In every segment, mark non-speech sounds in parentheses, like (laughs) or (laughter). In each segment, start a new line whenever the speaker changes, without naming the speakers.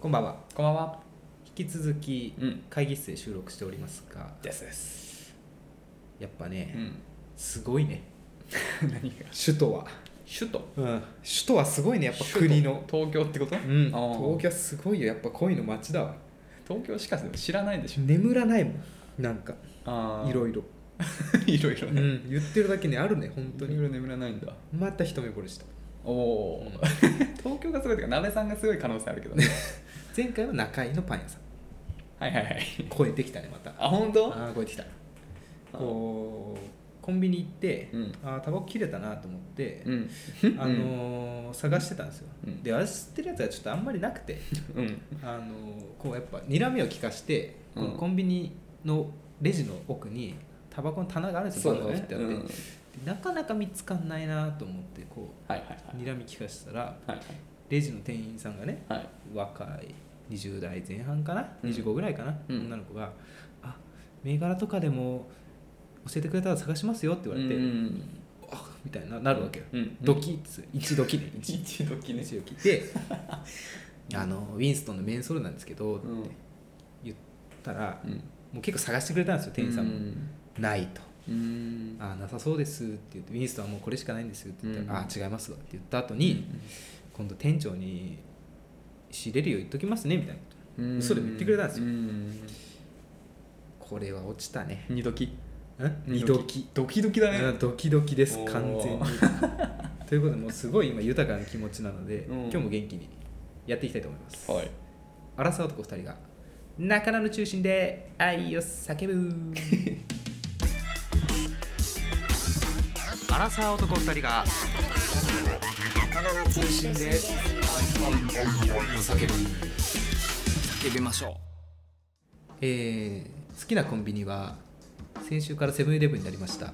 こんばんは
こんばんは。
引き続き
うん。
会議室で収録しておりますが
ですです。
やっぱ
う
ね
ん。
すごいね
何が
首都は、
首都
うん、首都はすごいねやっぱ国の
首都東京ってこと、
うん
あー
東京はすごいよやっぱ恋の街だわ
東京しか知らないでしょ。
眠らないもんなんか
あ (laughs)
い
いろ
ろいろ、
いろ。いろ
う
ね。
ん、 (laughs) 言ってるだけねあるね本
本
当
当にい
に
ろいろ眠らないんだ。
また一目惚れした
おおー、東京がすごいというか、鍋さんがすごい可能性あるけどね。
前回は中井のパン屋さん
はいはいはい。
超えてきたねまた
(laughs) あ、本当
ああ超えてきたこうコンビニ行って、
うん
ああタバコ切れたなと思って、
うん。
あのー探してたんですよ、
うん
で私吸ってるやつはちょっとあんまりなくて、
うん。
あのーこうやっぱ睨みを利かして、この
うん
コンビニのレジの奥にタバコの棚があるんです
そ
よバン
うだ
バン
ね
振。ってあって
うん、はい
でなかなか見つかんないなと思ってこ
はいは
う
い。
睨み利かしたら
はい
レジの店員さんがね
はい。はい。
若い20代前半かな
うん
25ぐらいかな、
うん
女の子が「あ銘柄とかでも教えてくれたら探しますよ」って言われて「
うん。
あみたいななるわけよ、
うん
ドキッつ一ドキ
(laughs)
ね一
一度きね。
一ドキであのウィンストンのメンソールなんですけど、
うん
って言ったら
うん。
もう結構探してくれたんですよ店員さんも、ないと
うん。
あなさそうですって言ってウィンストンはもうこれしかないんですよって言ったら、
う
あ
ん
違いますわって言った後に、今度店長に仕入れるよう言っときますねみたいな
うん、
嘘でも言ってくれたんですよ
うん。
これは落ちたね
二度き。
二度き
ドキドキだね
うんドキドキです
おー
完全
(laughs)
にということでもうすごい今豊かな気持ちなので、
うん
今日も元気にやっていきたいと思います、
はい
荒沢男2人が仲間の中心で愛を叫ぶ荒沢男2人が仲間の中心で
叫ぶ叫びましょ
えー好きなコンビニは先週からセブンイレブンになりました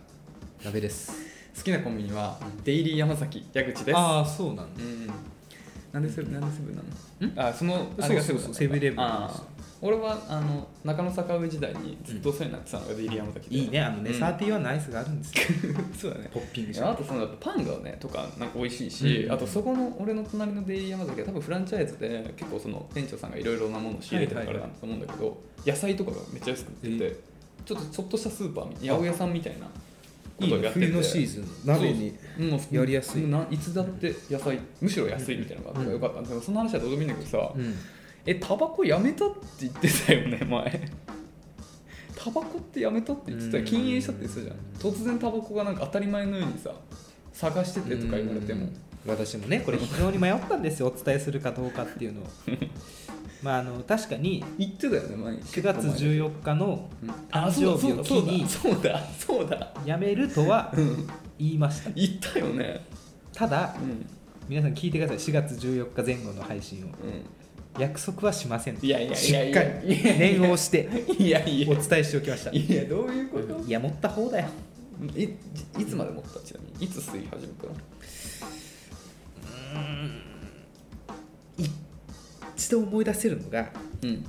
鍋です
う好きなコンビニはデイリー山崎矢口です
ああそうなん
う
だ
んなんでセブンなんでセブンなのあその
そう
あれがセブン
そう
な
そうセ
のか
ブンイレブン
あー俺はあの中野坂上時代にずっとお世話になってたのがデイリー山崎で
いいねあのね、
うん
サーティワンのアイスがあるんです (laughs) よ
そうだね
ポッピング
い
し
やあ
て
とそのパンがねとかなんか美味しいし、
うん
あとそこの俺の隣のデイリー山崎は多分フランチャイズで結構その店長さんがいろいろなものを仕入れてるか
はい
ら
は
ないんだと思うんだけど、野菜とかがめっちゃ安く売ってて、
え
ちょっとちょっとしたスーパーみたいな八百屋さんみたいなこ
いい
とを
ね
やってて
冬のシーズン鍋に
そうもう
やりやすい
もうないつだって野菜むしろ安いみたいなのがあったからよかったんだけど、その話はどうでもいいんだけどさ、
うん
えタバコやめたって言ってたよね前タバコってやめたって言ってた
うん
禁煙したって言ってたじゃん突然タバコがなんか当たり前のようにさ探しててとか言われても
うん私もねこれ非常に迷ったんですよお伝えするかどうかっていう
(laughs)
のをまああの確かに
言ってたよね前に
9月14日の
うんあそうだそう
誕生日を機
だそう
に
だそうだそうだ
やめるとは
うん
言いました
言ったよね
ただ
うん
皆さん聞いてください4月14日前後の配信を
う
約束はしません
んいやいやい
し
や
っ
い
か
や
り
いや
念を押して
いやいや
お伝えしておきましたい
いやどういうこと
や持った方だよ
いいいつまで持ったちなみにいつ吸い始めたの
一度思い出せるのが
うん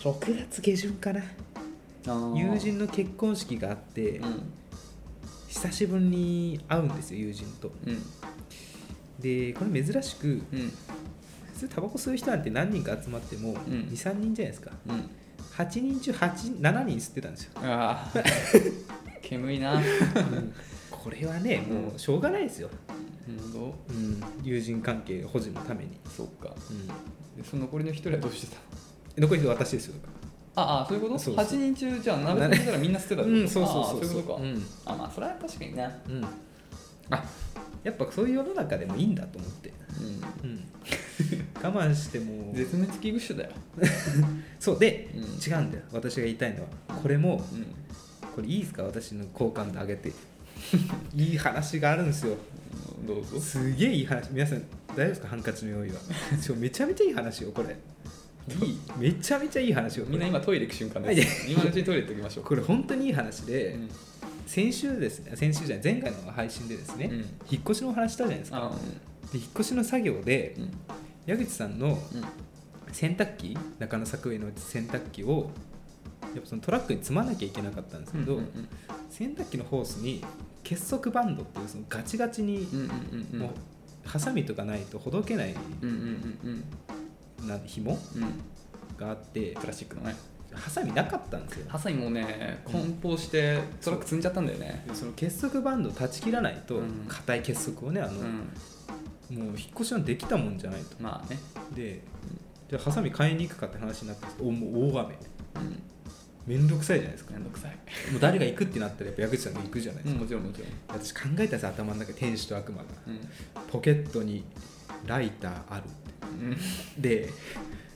6月下旬かな
あー
友人の結婚式があって
うん
久しぶりに会うんですよ友人と
うん
でこれ珍しく
うん
普通タバコ吸う人なんて何人か集まっても
ん
23人じゃないですか
うん
8人中8 7人吸ってたんですよ
ああ煙いな
これはねもうしょうがないですよ、
うんど
う
う
ん、友人関係保持のために、
そうかでその残りの一人はどうしてたの
残りの人私ですよ
ああそういうこと
そうそう
八人中じゃあ鍋さんからみんな捨てたってこ
う
と
んそうそうそう
ああそういうことか、
うん
あまあそれは確かにな
うんあやっぱそういう世の中でもいいんだと思って、
う (laughs)
うん、我慢しても
ん絶滅危惧種だよ
そうで、
うん
違うんだよ私が言いたいのはこれも
うん
これいいですか私の好感度上げて (laughs) いい話があるんですよ
どうぞ
すげえいい話皆さん大丈夫ですかハンカチの用意はそうめちゃめちゃいい話よこれ
いい
めちゃめちゃいい話よこ
みんな
れ
今トイレ行く瞬間です今のうちにトイレ行っておきましょう
これ本当にいい話で、
うん
先週ですね先週じゃない前回の配信でですね、
うん
引っ越しのお話したじゃないですか
あ
で引っ越しの作業で
うん
矢口さんの
うん
洗濯機中野作上の洗濯機をやっぱそのトラックに積まなきゃいけなかったんですけど、
うんうん
洗濯機のホースに結束バンドっていうそのガチガチに、
うんうんうんうん
もうハサミとかないとほどけない
うんうんうんうん
な紐
うん
があって
プラスチックのね
ハサミなかったんですよ
ハサミもね梱包してトラック積んじゃったんだよね
その結束バンドを断ち切らないと
うん
硬い結束をねあの、
うん
もう引っ越しなんてできたもんじゃないと
まあね
でじゃあハサミ買いに行くかって話になっておもう大雨
うん
めんどくさいじゃないですか
めんどくさい
もう誰が行くってなったらやっぱ矢口さんが行くじゃないで
う
す
ん
か、
もちろんもちろん
私考えたんですよ頭の中で天使と悪魔が
うん
ポケットにライターある
うん
ってで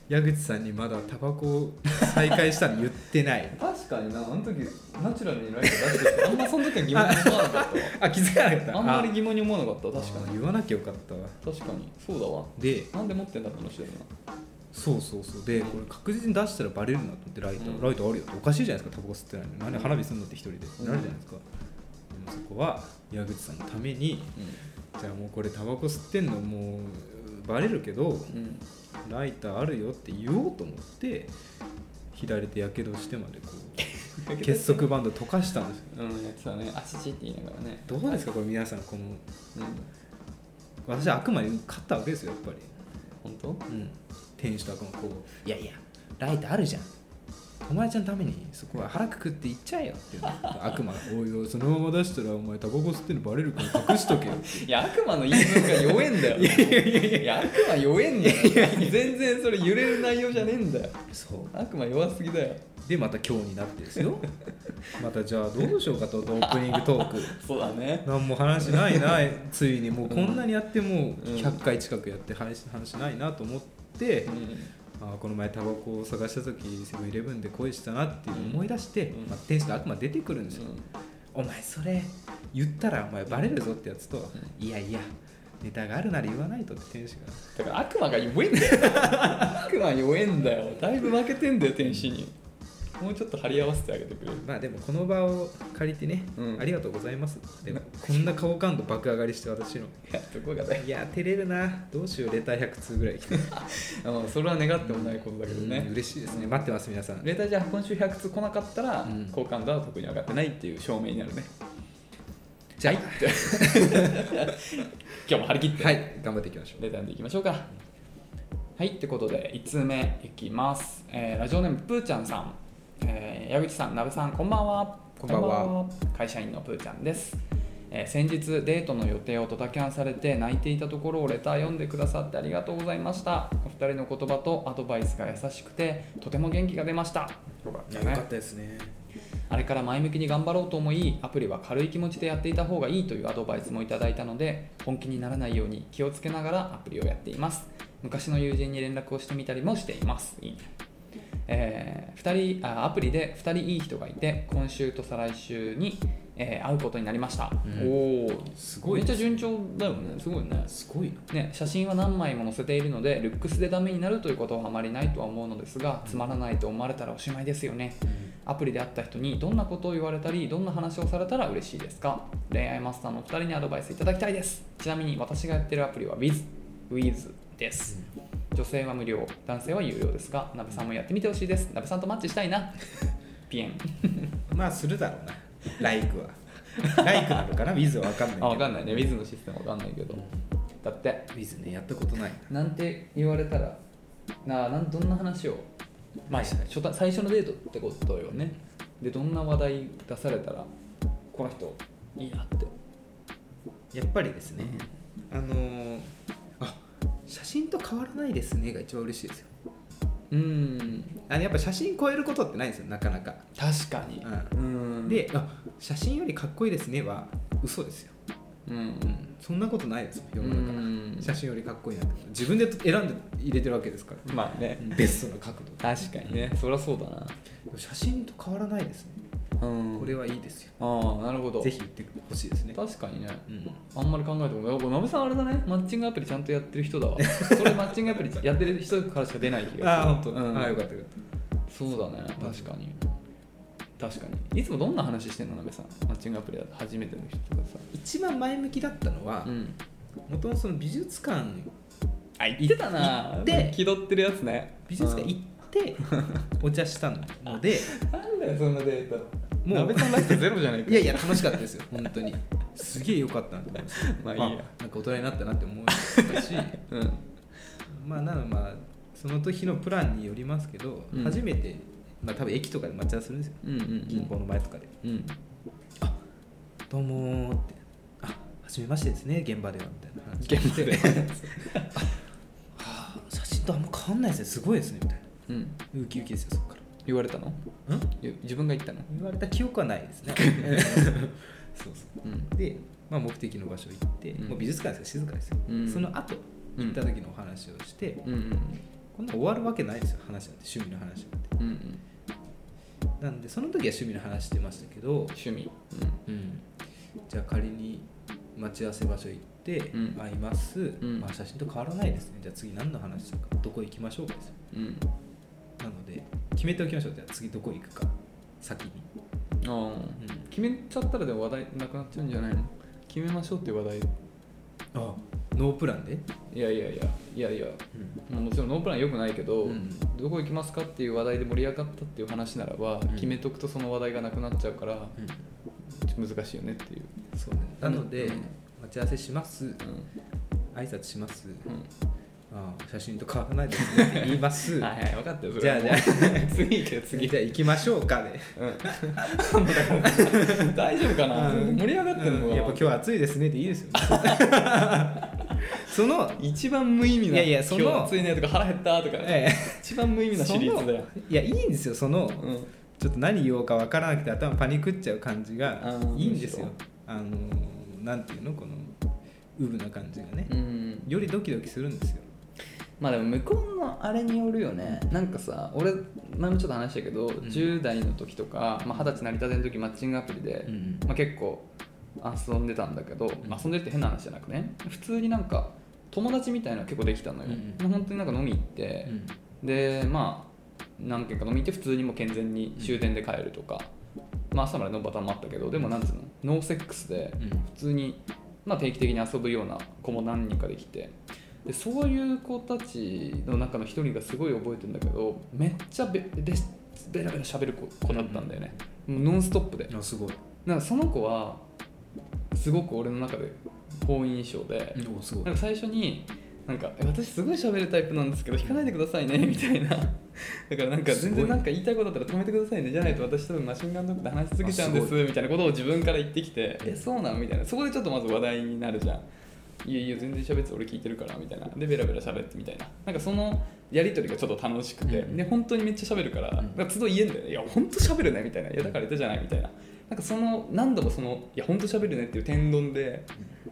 矢口さんにまだタバコを再開したの言って
(laughs)
ない
確かになあの時ナチュラルにライト出してたあんまその時は疑問に思わなかっ
あ気づかなかったた
(laughs) わあんまり疑問に思わなかった確
あ
か
ー
に
言わなきゃよかったわ
確かにそうだわ
で
なんで持ってんだって話だよ
そうそうそうでこれ確実に出したらバレるなと思ってライター、
うん
ライターあるよっておかしいじゃないですかタバコ吸ってないのに何で花火すんのって一人で、
うん
なるじゃないですかでもそこは矢口さんのためにじゃあもうこれタバコ吸ってんのもうバレるけど
なうん
ライターあるよって言おうと思って左手やけどしてまでこ
(laughs)
う結束バンド溶かしたんですよ
うんやってたねあちちって言いながらね
どうです
か
かこれ皆さんこの
うん
私はあくまで勝ったわけですよやっぱり
本当
うん、店主とかもこう「いやいやライトあるじゃん友達のためにそこは腹くくって行っちゃ (laughs) えよ」っていうの悪魔が「おいおいそのまま出したらお前タバコ吸ってんのバレるから隠しとけよ」って
いや悪魔の言い分が弱えんだよいや悪魔弱えんだよ全然それ揺れる内容じゃねえんだよ
(laughs) そ
悪魔弱すぎだよ
うでまた今日になってです (laughs) よまたじゃあどうしようかとオープニングトーク
そうだ
(laughs)
ね
何も話ないなついにもうこんなにやってもう
うん
100回近くやって話話ないなと思って、
う
あーこの前タバコを探した時セブンイレブンで恋したなっていうのを思い出して、
うん
まあ、天使と悪魔出てくるん
ん
ですよ、お前それ言ったらお前バレるぞってやつと、いやいやネタがあるなら言わないとって天使が
だから悪魔が弱えんだよ悪魔弱えんだよだいぶ負けてんだよ天使にもうちょっと張り合わせてあげてくれる
まあでもこの場を借りてね、
うん
ありがとうございますで (laughs) もこんな顔感度爆上がりして私の
いやどこがだよ
いや照れるなどうしようレター100通ぐらい来て
うんそれは願ってもないことだけど
うん
ね
嬉しいですね待ってます皆さん
レターじゃあ今週100通来なかったら、
うん
好感度は特に上がってないっていう証明になるね
じゃあ
今日も張り切って、
はい頑張っていきましょう
レター読んでいきましょうかはいってことで5つ目いきます、えーラジオネームぷーちゃんさん、えー矢口さんなべさんこんばんは
こんばんは
会社員のぷーちゃんです、えー先日デートの予定をドタキャンされて泣いていたところをレター読んでくださってありがとうございましたお二人の言葉とアドバイスが優しくてとても元気が出ましたよかったね
たですね
あれから前向きに頑張ろうと思いアプリは軽い気持ちでやっていた方がいいというアドバイスもいただいたので本気にならないように気をつけながらアプリをやっています昔の友人に連絡をしてみたりもしていますいいねえー二人あアプリで2人いい人がいて今週と再来週に、えー会うことになりました、
うん
おお
すごい
めっちゃ順調だよねすごいね
すごいな
ね、写真は何枚も載せているのでルックスでダメになるということはあまりないとは思うのですがつまらないと思われたらおしまいですよねアプリで会った人にどんなことを言われたりどんな話をされたら嬉しいですか恋愛マスターのお二人にアドバイスいただきたいですちなみに私がやってるアプリは WithWiz です女性は無料男性は有料ですがなべさんもやってみてほしいですなべさんとマッチしたい (laughs) なピエン
まあするだろうなライクはライクなのかなウィズは分かんないけど
あ分かんないね Wiz のシステム分かんないけどだって
ウィズねやったことないな
なんて言われたらなあなんどんな話を、まあ、初対最初のデートってことよねでどんな話題出されたらこの人いいなって
やっぱりですね、あのーあ写真と変わらないですねが一番嬉しいですよ。
うん
あのやっぱ写真超えることってないんですよ、なかなか。
確かにうん
であ、写真よりかっこいいですねは嘘ですよ。
うん
うん、そんなことないですよ、世の中。
うん
写真よりかっこいいなって。自分で選んで入れてるわけですから、
まあね
ベストな角度で
確かにねそりゃそうだな
写真と変わらないですね。
うん
これはいいですよ。
ああなるほど
ぜひ言ってほしいですね。
確かにね
うん、
あんまり考えてもやっぱなべさんあれだねマッチングアプリちゃんとやってる人だわそれマッチングアプリやってる人からしか出ない気がする
あー、本当、
うん、
あーよかったよかっ
そうだね確かに確かにいつもどんな話してんのなべさんマッチングアプリだと初めての人とかさ
た。一番前向きだったのは、
ん
もともとその美術館
あ言ってたな
行って
気取ってるやつね
美術館行ってお茶したので
うんなんだよそんなデート
もう
なべさんらしさゼロじゃないか
いやいや楽しかったですよ本当にすげえ良かったなと思います
まあいいや (laughs)
なんか大人になったなって思いましたし
うん
まあなのまあその時のプランによりますけど、
うん
初めてまあ多分駅とかで待ち合わせするんですよ
うんうん
銀行の前とかで
うんうん
「どうも」って「あ初めましてですね現場では」みたいな話
現場で
「 (laughs) はあ写真とあんま変わんないですねすごいですね」みたいな
うん
ウキウキですよそっから
言われたの
ん
ゆ自分が言ったの
言われた記憶はないです
(laughs)
ねそうそ
うん
うで、まあ、目的の場所行って、
うん
もう美術館ですから静かですよ、
うん
その後
うん
行った時のお話をして、
うんうん
こんな終わるわけないですよ話なんて趣味の話なんて
うんうん
なんでその時は趣味の話してましたけど、
趣味
うん、じゃあ仮に待ち合わせ場所行って、
うん
会います、
ん
まあ、写真と変わらないですねじゃあ次何の話するかどこ行きましょうかですよ
うんうん
なので決めておきましょうじゃあ次どこ行くか先に、
ああ
うん、
決めちゃったらでも話題なくなっちゃうんじゃないの決めましょうっていう話題
あノープランで、
いやいやいやいやいやまあもちろんノープラン良くないけど、
うん
どこ行きますかっていう話題で盛り上がったっていう話ならば、
うん
決めとくとその話題がなくなっちゃうから
うん
ちょっと難しいよねっていう、
そうねなので、
うん
待ち合わせします
う
挨拶します
ん
ああ写真と変わらないですね
(laughs)
って言います
はいはい分かったよそ
じゃあじゃあ
あ (laughs) 次行けよ次
(laughs) 次じゃあ行きましょうかで、
大丈夫かな、
うん
盛り上がってるの
う
が、
んやっぱ今日暑いですねでいい
(laughs)
ですよねその
一番無意味ない
やいやその
今日暑いねとか腹減ったとか、
え
一番無意
え
味なシリーズだよ、
そのいやいいんですよその、
うん、
ちょっと何言おうか分からなくて頭パニクっちゃう感じが
あー
いいんですよ
む
あのーなんていうのこのウブな感じがね
うん
よりドキドキするんですよ
まあでも向こうのあれによるよねなんかさ俺前もちょっと話したけど、10代の時とかまあ二十、歳成り立ての時マッチングアプリで、
うん
まあ、結構遊んでたんだけど、まあ、遊んでるって変な話じゃなくね普通になんか友達みたいなの結構できたのよ、
う
本当になんか飲み行って、でまあ何軒か飲み行って普通にもう健全に終電で帰るとか、まあ朝まで飲むパターンもあったけどでもなんつうのノーセックスで普通に、まあ、定期的に遊ぶような子も何人かできてでそういう子たちの中の一人がすごい覚えてるんだけどめっちゃべべべらべら喋る子子だったんだよね、もうノンストップで
あすごい
なんかその子はすごく俺の中で好印象で、
おすごい
なんか最初になんかえ私すごい喋るタイプなんですけど引かないでくださ (laughs) いねみたいなだからなんか
す
全
ごい
然なんか言いたいことだったら止めてくださいねじゃないと私多分マシンガンドックで話し続けちゃうんで
あ
す
す
みたいなことを自分から言ってきてえそうなのみたいなそこでちょっとまず話題になるじゃんいやいや全然喋ってて俺聞いてるからみたいなでベラベラ喋ってみたいななんかそのやり取りがちょっと楽しくて、
うん
で本当にめっちゃ喋るから、
うん
なんか都度言えんだよねいや本当喋るねみたいないやだから言ったじゃないみたいななんかその何度もそのいや本当喋るねっていう天丼で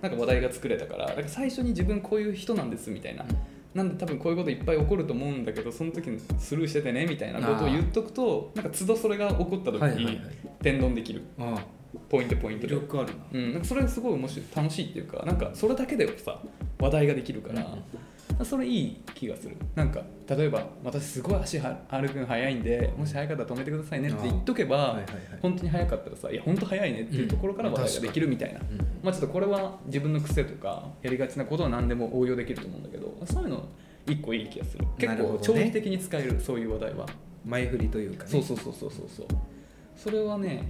なんか話題が作れたからなんか最初に自分こういう人なんですみたいな、なんで多分こういうこといっぱい起こると思うんだけどその時にスルーしててねみたいなことを言っとくとなんか都度それが起こった時
はいはいは
に
い
天丼できる
ああ
ポイントポイント
魅
で、
力ある
うん、なんかそれがすごい面白い楽しいっていうかなんかそれだけでさ話題ができるから、それいい気がするなんか例えば私すごい足は歩くの速いんでもし速かったら止めてくださいねって言っとけば、
なはいはいはい
本当に速かったらさいや本当速いねっていうところから話題ができるみたいな、
うん
まあちょっとこれは自分の癖とかやりがちなことは何でも応用できると思うんだけどそういうの一個いい気がする結
なるほ
構
どね
長期的に使えるそういう話題は、
前振りというかね
そうそうそうそうそうそうそれはね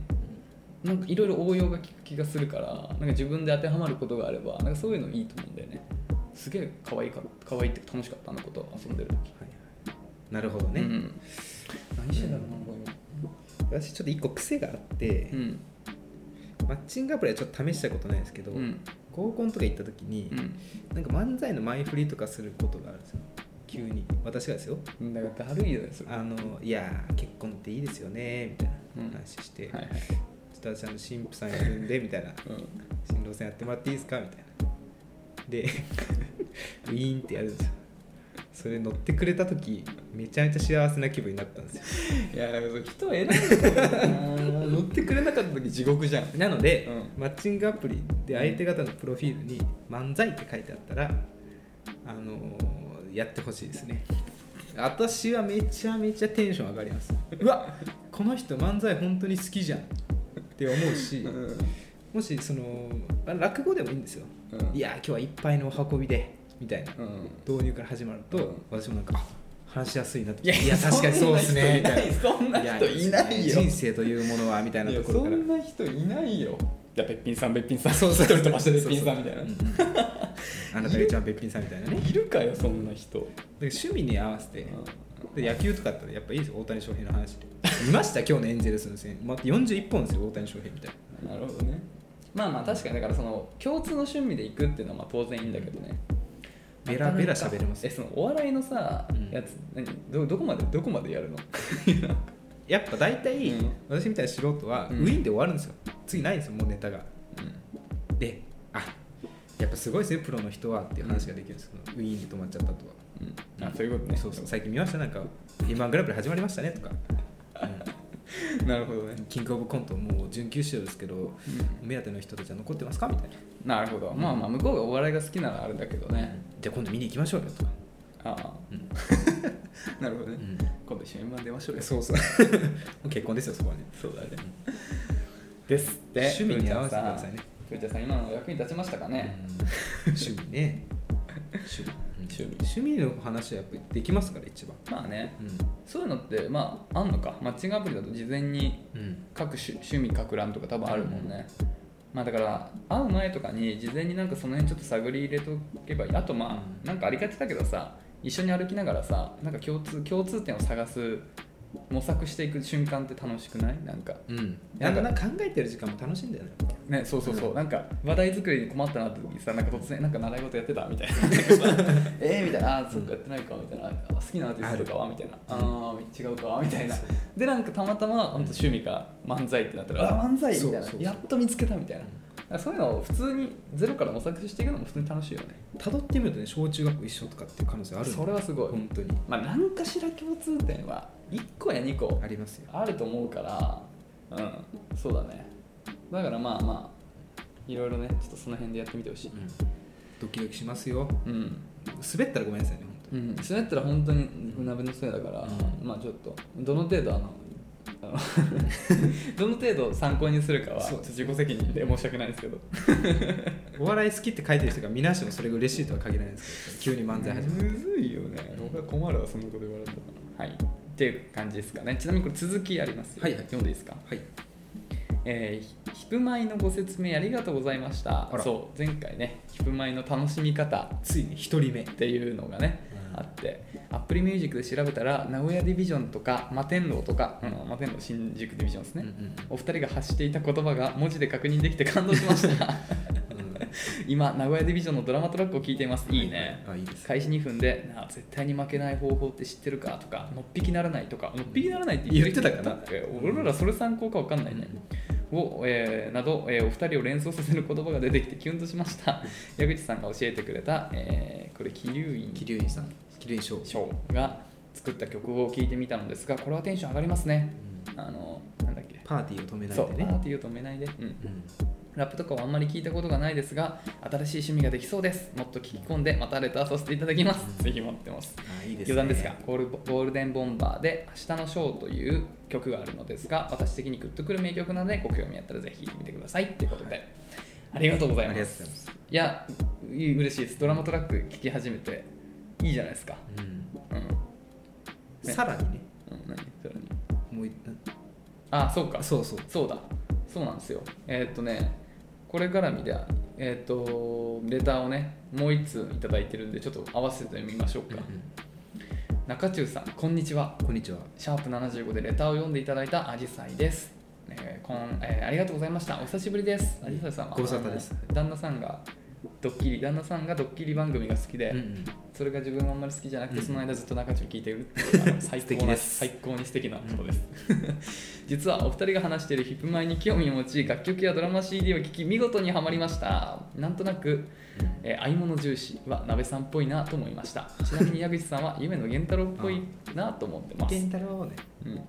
なんかいろいろ応用が効く気がするからなんか自分で当てはまることがあればなんかそういうのいいと思うんだよねすげえ可愛いか可愛いって楽しかったあの子と遊んでる時
はいはいなるほどね、
うん、何してんだろうなこ
私ちょっと一個癖があって、
れうん
マッチングアプリはちょっと試したことないですけど、
うん
合コンとか行った時に、なんか漫才の前振りとかすることがあるんですよ急に私がですよ
うんだからだるいよねそれ
あのいやー結婚っていいですよねみたいな話して、
はいはい
ちょっと私あの新婦さん呼んでみたいな
うん
新郎さんやってもらっていいですかみたいなで (laughs) ウィーンってやるんですよそれ乗ってくれた時めちゃめちゃ幸せな気分になったんです
いやなんかそれ人選んでたよな乗ってくれなかった時地獄じゃん
よなので、
う
マッチングアプリで相手方のプロフィールに「漫才」って書いてあったらあのーやってほしいですね私はめちゃめちゃテンション上がりますうわこの人漫才本当に好きじゃんって思うし
うん
もしそのあ落語でもいいんですよ
うん
いやー今日は一杯のお運びでみたいな
うん
導入から始まると、
うん
私もなんかあ話しやすいなって
いやいや
確かにそうですねみたいな
そんな人いない
や
よ
人生というものはみたいないと
や
ころ
そ
から
んな人いないよいやべっぴんさんべっぴんさん
そうそう
一人飛ばしてべっぴんさんみたいな
うんうんあなたが一番べっぴんさんみたいなね
いるかよそんな人
で趣味に合わせてで野球とかだったらやっぱいいですよ大谷翔平の話見ました今日のエンゼルスの戦また41本ですよ大谷翔平みたいな
なるほどねまあまあ確かにだからその共通の趣味で行くっていうのはまあ当然いいんだけどね
ベラベラ喋れます
えそのお笑いのさ、
うん
やつ何どどこまでどこまでやるの
やっぱ大体、
うん
私みたいな素人は、
うん
ウィーンで終わるんですよ次ないんですよもうネタがであやっぱすごいですねプロの人はっていう話ができるんですけど、ウィーンで止まっちゃったとは、
うん、あそういうことね
そうそう最近見ましたなんか「m 1グランプリ始まりましたね」とか、
なるほどね
うんキングオブコントもう準決勝ですけどお目当ての人たちは残ってますかみたいな、
なるほどまあまあ向こうがお笑いが好きならあるんだけどね
じゃあ今度見に行きましょうよとか、
ああ
うん
(laughs) なるほど
う
ね、
ん
今度一緒に M1 出ましょうよ
そうそう (laughs) 結婚ですよそこはね
そうだねですって
趣味に合わせてくださいね
藤田さん今のお役に立ちましたかね、
うん趣味ね趣味
趣味
趣味の話はやっぱできますから一番
まあね
うん
そういうのってまああんのかマッチングアプリだと事前に
うん
各種趣味各欄とか多分あるもんね、まあだから会う前とかに事前になんかその辺ちょっと探り入れとけばいいあとま
う
あなんかありがちだけどさ一緒に歩きながらさなんか共通共通点を探す模索していく瞬間って楽しくないなんか
うん、
なんか
なんか考えてる時間も楽しいんだよね。
ねそうそうそう、なんか話題作りに困ったなって時にさなんか突然なんか習い事やってたみ
(laughs)
たいなえーみたいなあーそっかやってないかみたいなあ好きなアーティストとかはみたいなあー違うかみたいなでなんかたまたま本当趣味が漫才ってなったらあー漫才みたい
そう
な
そうそう
やっと見つけたみたいなだからそういうのを普通にゼロから模索していくのも普通に楽しいよね
たどってみるとね、小中学校一緒とかっていう可能性あるの
それはすごい、
本当に
まあ何かしら共通点は1個や2個
ありますよ。
あると思うからうんそうだねだからまあまあいろいろねちょっとその辺でやってみてほしい
ドキドキしますよ。
うん、
滑ったらごめんなさいね、本当
う
に。
ん、それやったら本当に船べのせいだから、
うん
まあちょっとどの程度あのあ
(laughs)
のどの程度参考にするかはち
そ
ょ
う
っと自己責任で申し訳ないですけど
お笑い好きって書いてる人が見なしてもそれが嬉しいとは限らないですけど、急に漫才始める。
むずいよね
僕は
困るわそんなこと言われたらはいっていう感じですかねちなみにこれ続きありますよ
はいはい
読んでいいですか
はい。
えー、ヒプマイのご説明ありがとうございました
あら
そう前回ねヒプマイの楽しみ方
ついに一人目。
っていうのがね、
うん
あってアップルミュージックで調べたら名古屋ディビジョンとか摩天楼とか、うん、摩天楼新宿ディビジョンですね、
うんうん
お二人が発していた言葉が文字で確認できて感動しました今名古屋ディビジョンのドラマトラックを聞いていますいいね
あ、いいです。
開始2分で「なあ絶対に負けない方法って知ってるか?」とか「のっぴきならない」とか「のっぴきならない」って
言ってたかな
え俺らそれ参考か分かんないね、を、えーなど、えーお二人を連想させる言葉が出てきてキュンとしました矢口さんが教えてくれた、えーこれ桐生院
桐生院さん、桐生翔。
翔が作った曲を聴いてみたのですがこれはテンション上がりますね
うん
あのなんだっけ
パーティーを止めない
そう
で
パー
ね。
ティーを止めないで、うん
うん
ラップとかはあんまり聞いたことがないですが新しい趣味ができそうですもっと聞き込んでまたレターさせていただきます、ぜひ待ってます
あ、いいですね。
余談ですがゴールボゴールデンボンバーで「明日のショー」という曲があるのですが私的にグッとくる名曲なのでご興味あったらぜひ聴いてみてくださいということで、ありがとうござい
あ
ま
りがとうござ
す
います。
いやう嬉しいですドラマトラック聴き始めていいじゃないですか
うん
うん、ね
さらにね、
うん、何それ
もう一
あそうか
あ、そうそう。
そうだそうなんですよえーっとねこれ絡みでえーっとレターをねもう一通いただいてるんでちょっと合わせて読みましょうか、
うん
中中さんこんにちは
こんにちは。
シャープ75でレターを読んでいただいたアジサイです、えーこんえーありがとうございましたお久しぶりですアジサイさんは
ご無沙汰です
あの旦那さんがドッキリ旦那さんがドッキリ番組が好きで、
うんうん
それが自分はあんまり好きじゃなくて、
うん
その間ずっと中中聞い
(laughs)
てるっていうのが最
敵
高な
です
最高に素敵なことです (laughs) 実はお二人が話しているヒップマイに興味を持ち楽曲やドラマ CD を聴き見事にはまりましたなんとなく「えー、合い物重視」は鍋さんっぽいなと思いましたちなみに矢口さんは夢の源太郎っぽいなと思ってます
健太郎ね。
うん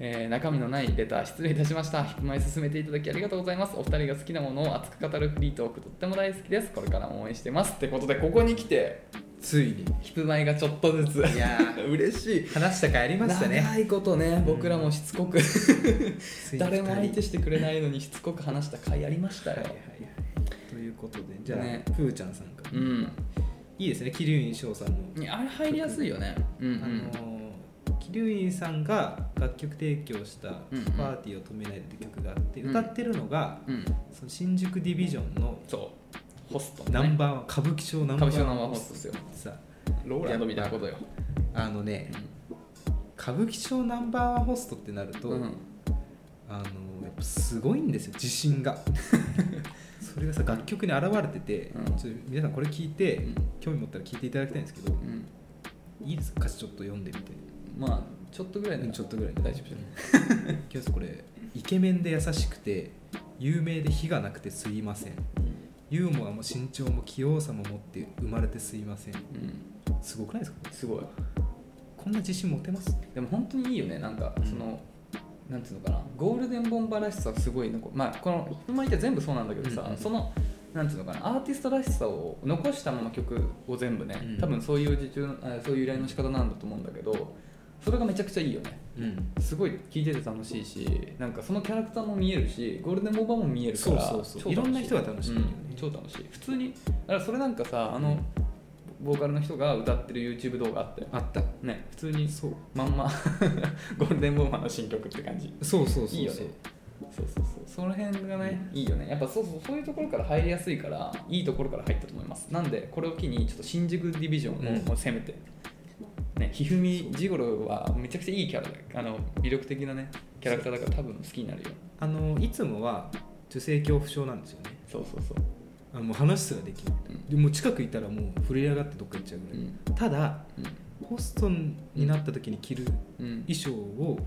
えー中身のないレター失礼いたしました。ひくまい進めていただきありがとうございます。お二人が好きなものを熱く語るフリートークとっても大好きです。これからも応援してます。ってことで、ここに来て、
ついに。
ひくまいがちょっとずつ。
いやー
(laughs) 嬉しい。
話した回ありましたね。
長いことね、僕らもしつこく、誰も相手
し
してくれないのにしつこく話した回ありましたよ。
ということで、じゃあ、
ね
ふーちゃんさんから。
うん。
いいですね、桐生院翔さんの。
あれ入りやすいよね。うんう
あ
ん。
のー桐生院さんが楽曲提供した
うんうん
「パーティーを止めない」って曲があって、
うん
歌ってるのが
うん。
その新宿ディビジョンの
そホスト、
ナンバーワン歌舞伎町ナンバ
歌舞伎町ナン
ー
バ
ワ
ー
ン
ホストですよ
さ
ローランドみたいなことよ、
あのね歌舞伎町ナンバーワンホストってなると、
う
あ
ん、
のやっぱすごいんですよ自信
(laughs)
がそれがさ楽曲に表れてて、
うん
ちょっと皆さんこれ聞いて、
うん
興味持ったら聞いていただきたいんですけど、
うん、
いいですか歌詞ちょっと読んでみて
まあちょっとぐらいな
うん
ら
ちょっとぐらい
大丈夫じゃない
うん
(laughs)
いきますこれイケメンで優しくて有名で非がなくてすいませんユーモアも身長も器用さも持って生まれてすいません
うん、
すごくないですか
すごい
こんな自信持てます
でも本当にいいよねなんか
うん
その、なんていうのかなゴールデンボンバらしさをすごい残まあこの「今言った全部そうなんだけどさ、
うんうん
そのなんていうのかなアーティストらしさを残したまま曲を全部ね、
うん
多分そういう受注あそういう依頼の仕方なんだと思うんだけどそれがめちゃくちゃいいよね
うん
すごい聴いてて楽しいしなんかそのキャラクターも見えるしゴールデンボンバーも見えるから
そうそうそう
超
いろ
楽し
んな人が楽しめるよね
うん超楽しい普通にだからそれなんかさあのボーカルの人が歌ってる YouTube 動画あって
あった
ね普通に
そう
ま (laughs) んまゴールデンボンバーの新曲って感じ
そうそうそうそう
いいよねそうそうそうその辺がねいいよねやっぱそうそうそういうところから入りやすいからいいところから入ったと思いますなんでこれを機にちょっと新宿ディビジョンを
うん
もう攻めて、ねひふみジゴロはめちゃくちゃいいキャラだあの魅力的なねキャラクターだから多分好きになるよ
あのいつもは女性恐怖症なんですよね
そうそうそう
あのもう話すらできない、
うん
でもう近くいたらもう震え上がってどっか行っちゃうぐ
う
らい、
ん
ただ
う
ホストになった時に着る
んうん
衣装を、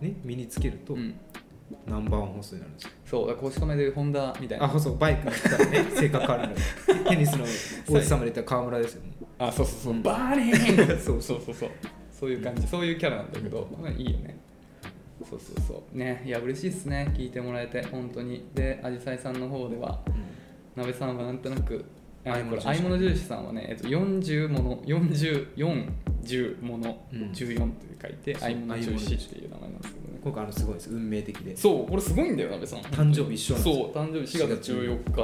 ね、身につけると、
うん
ナンバーワンホストになるんですよ
そうだから公式カメでホンダみたい
あ
な
そうバイク乗ったら
(laughs)
ね性格変わるのテニスの王子様で言ったら河村ですよね
あそうそうそう、バーレ
(laughs)
ーン
そう
そうそうそうそういう感じ、そういうキャラなんだけど、まあ、いいよねそうそうそうねいや嬉しいっすね聞いてもらえて本当にであじさいさんの方では鍋さんはなんとなくあ
愛物
これ
重視
愛物重視さんはね、えっと、40もの4410もの
うん
14って書いて、
そう
愛物重視っていう名前なんですけどね
今回あのすごいです運命的で
そうこれすごいんだよ鍋さん
誕生日一緒なんです
そう誕生日4月14日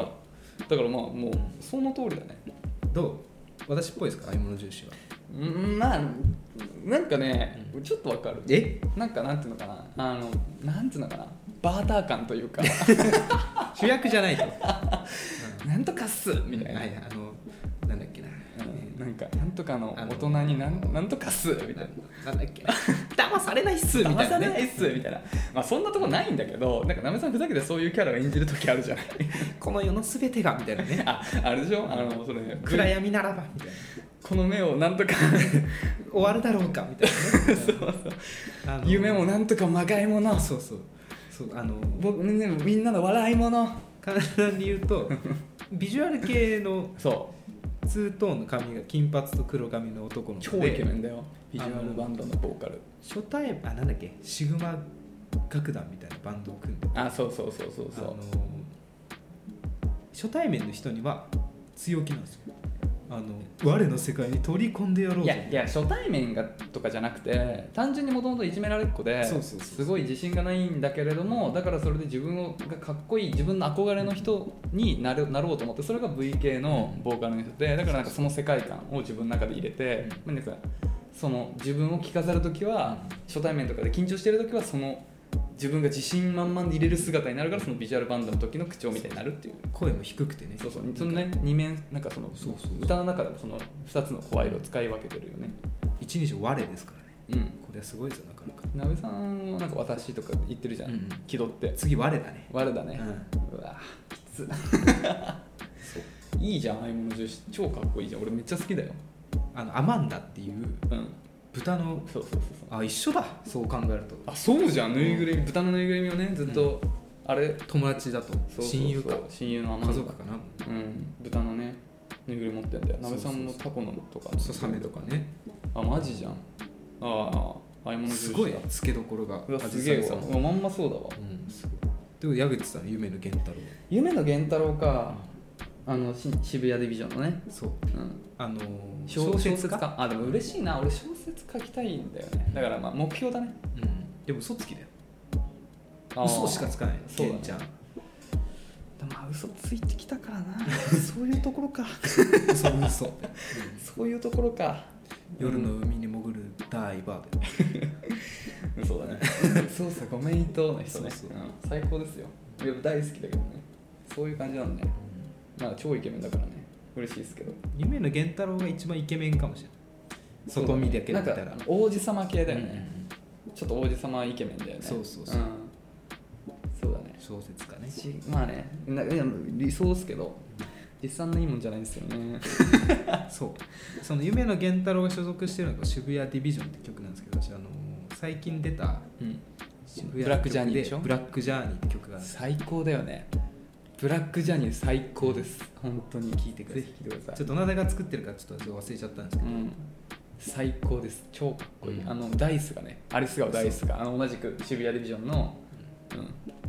だからまあもうその通りだね
どう私っぽいですか買い物重視は
うんまあなんかね、ちょっとわかる
え
なんかなんていうのかなあのなんていうのかなバーター感と (laughs) いうか
主役じゃないと
なんとかっすみたいな、
はいあのなんだっけな
うんなんかなんとかの
あ
大
の
人になんなんとかっすみたい
な
な
んだっけな騙されないっすみたいな、ね、
騙されないっすみたいなまあそんなとこないんだけどなんかなめさんふざけてそういうキャラが演じる時あるじゃない
この世の全てがみたいなね
(laughs) ああれでしょあのそれ
暗闇ならばみたいな
この目をなんとか
終わるだろうかみたい
(laughs)
なねあの
夢もなんとかまがいもの
そうそうそうあの
僕ねみんなの笑いもの
簡単に言う
(laughs)
とビジュアル系の
そう
ツートーンの髪が金髪と黒髪の男の子
超イケ
で
メンだよビジュアルバンドのボーカル
初対あなんだっけシグマ楽団みたいなバンドを組んで
あそうそうそうそう
あ
そ
の
う
初対面の人には強気なんですよあの我の世界に取り込んでやろう
い
と
やいや初対面がとかじゃなくて単純にもともといじめられっ子で
そうそうそうそう
すごい自信がないんだけれどもだからそれで自分をがかっこいい自分の憧れの人になるなろうと思ってそれが VK のボーカルの人でだからなんかその世界観を自分の中で入れて、なんかその自分を着飾る時は初対面とかで緊張してる時はその自分が自信満々で入れる姿になるからそのビジュアルバンドの時の口調みたいになるっていう
声も低くてね
そうそうそのね二面なんかその
そうそうそう
歌の中でもその2つの声色を使い分けてるよね
一人称我ですからね
うん
これはすごいですよなかなか、
なべさんはなんか私とか言ってるじゃん、
うんうん
気取って
次我だね
我だね、
う
うわきついいじゃんああいうもの重視超かっこいいじゃん俺めっちゃ好きだよ
あのアマンダっていう
うん
豚の
そうそうそうそう
あ一緒だそう考えると
あそうじゃんぬいぐるみ豚のぬいぐるみをねずっと、あれ
友達だと
そうそうそう
親友か
親友の甘
家族かな
うん豚のねぬいぐるみ持ってんだよなべさんも
そう
タコのとか
そうサメとかね
あマジじゃんああああいうもの重視
す
だ
ごいねつけどころが
うわすげえわ
ん
うわまんまそうだわ
うんすごいで矢口さん夢の源太
夢の源太郎かあのし渋谷ディビジョンのね、
郎そう
うん、
あの
小
小説家
あでも嬉しいな俺小説書きたいんだよねだからまあ目標だね
うんでも嘘つきだよ
あー
嘘しかつかない
そうだね
ケンちゃん
でもまあ嘘ついてきたか
(laughs)
らなそういうところか
嘘嘘
そういうところか
夜の海に潜るダイバーで
嘘だね (laughs) そうさごめん伊藤の人
そ
ね
うそうん
最高ですよいや大好きだけどねそういう感じなんだよ
う
まあ超イケメンだからね嬉しいですけど
夢の源太郎が一番イケメンかもしれないそこ見だけ
な
だ
ん
った
から王子様系だよ
うんうん
ね、
うん
ちょっと王子様イケメンだよね
そうそうそうん
そうだね
小説家ね
しまあねないや理想ですけど実際のいいもんじゃないんですよね
そうその夢の源太郎が所属してるのが「渋谷ディビジョン」って曲なんですけど私あの最近出た
うん
渋
ブラックジャーニーでしょ
ブラックジャーニーって曲があるんです
最高だよねブラックジャニー最高です本当に聞いてください
ぜ
ひ聞いてくだ
ちょ
さ
っ
い
とどなたが作ってるかちょっと忘れちゃったんですけ
う
ど、
ん最高です超かっこいい、
うん
あのダイスがねアリスがダイスがあの同じく渋谷ディビジョンの、うん、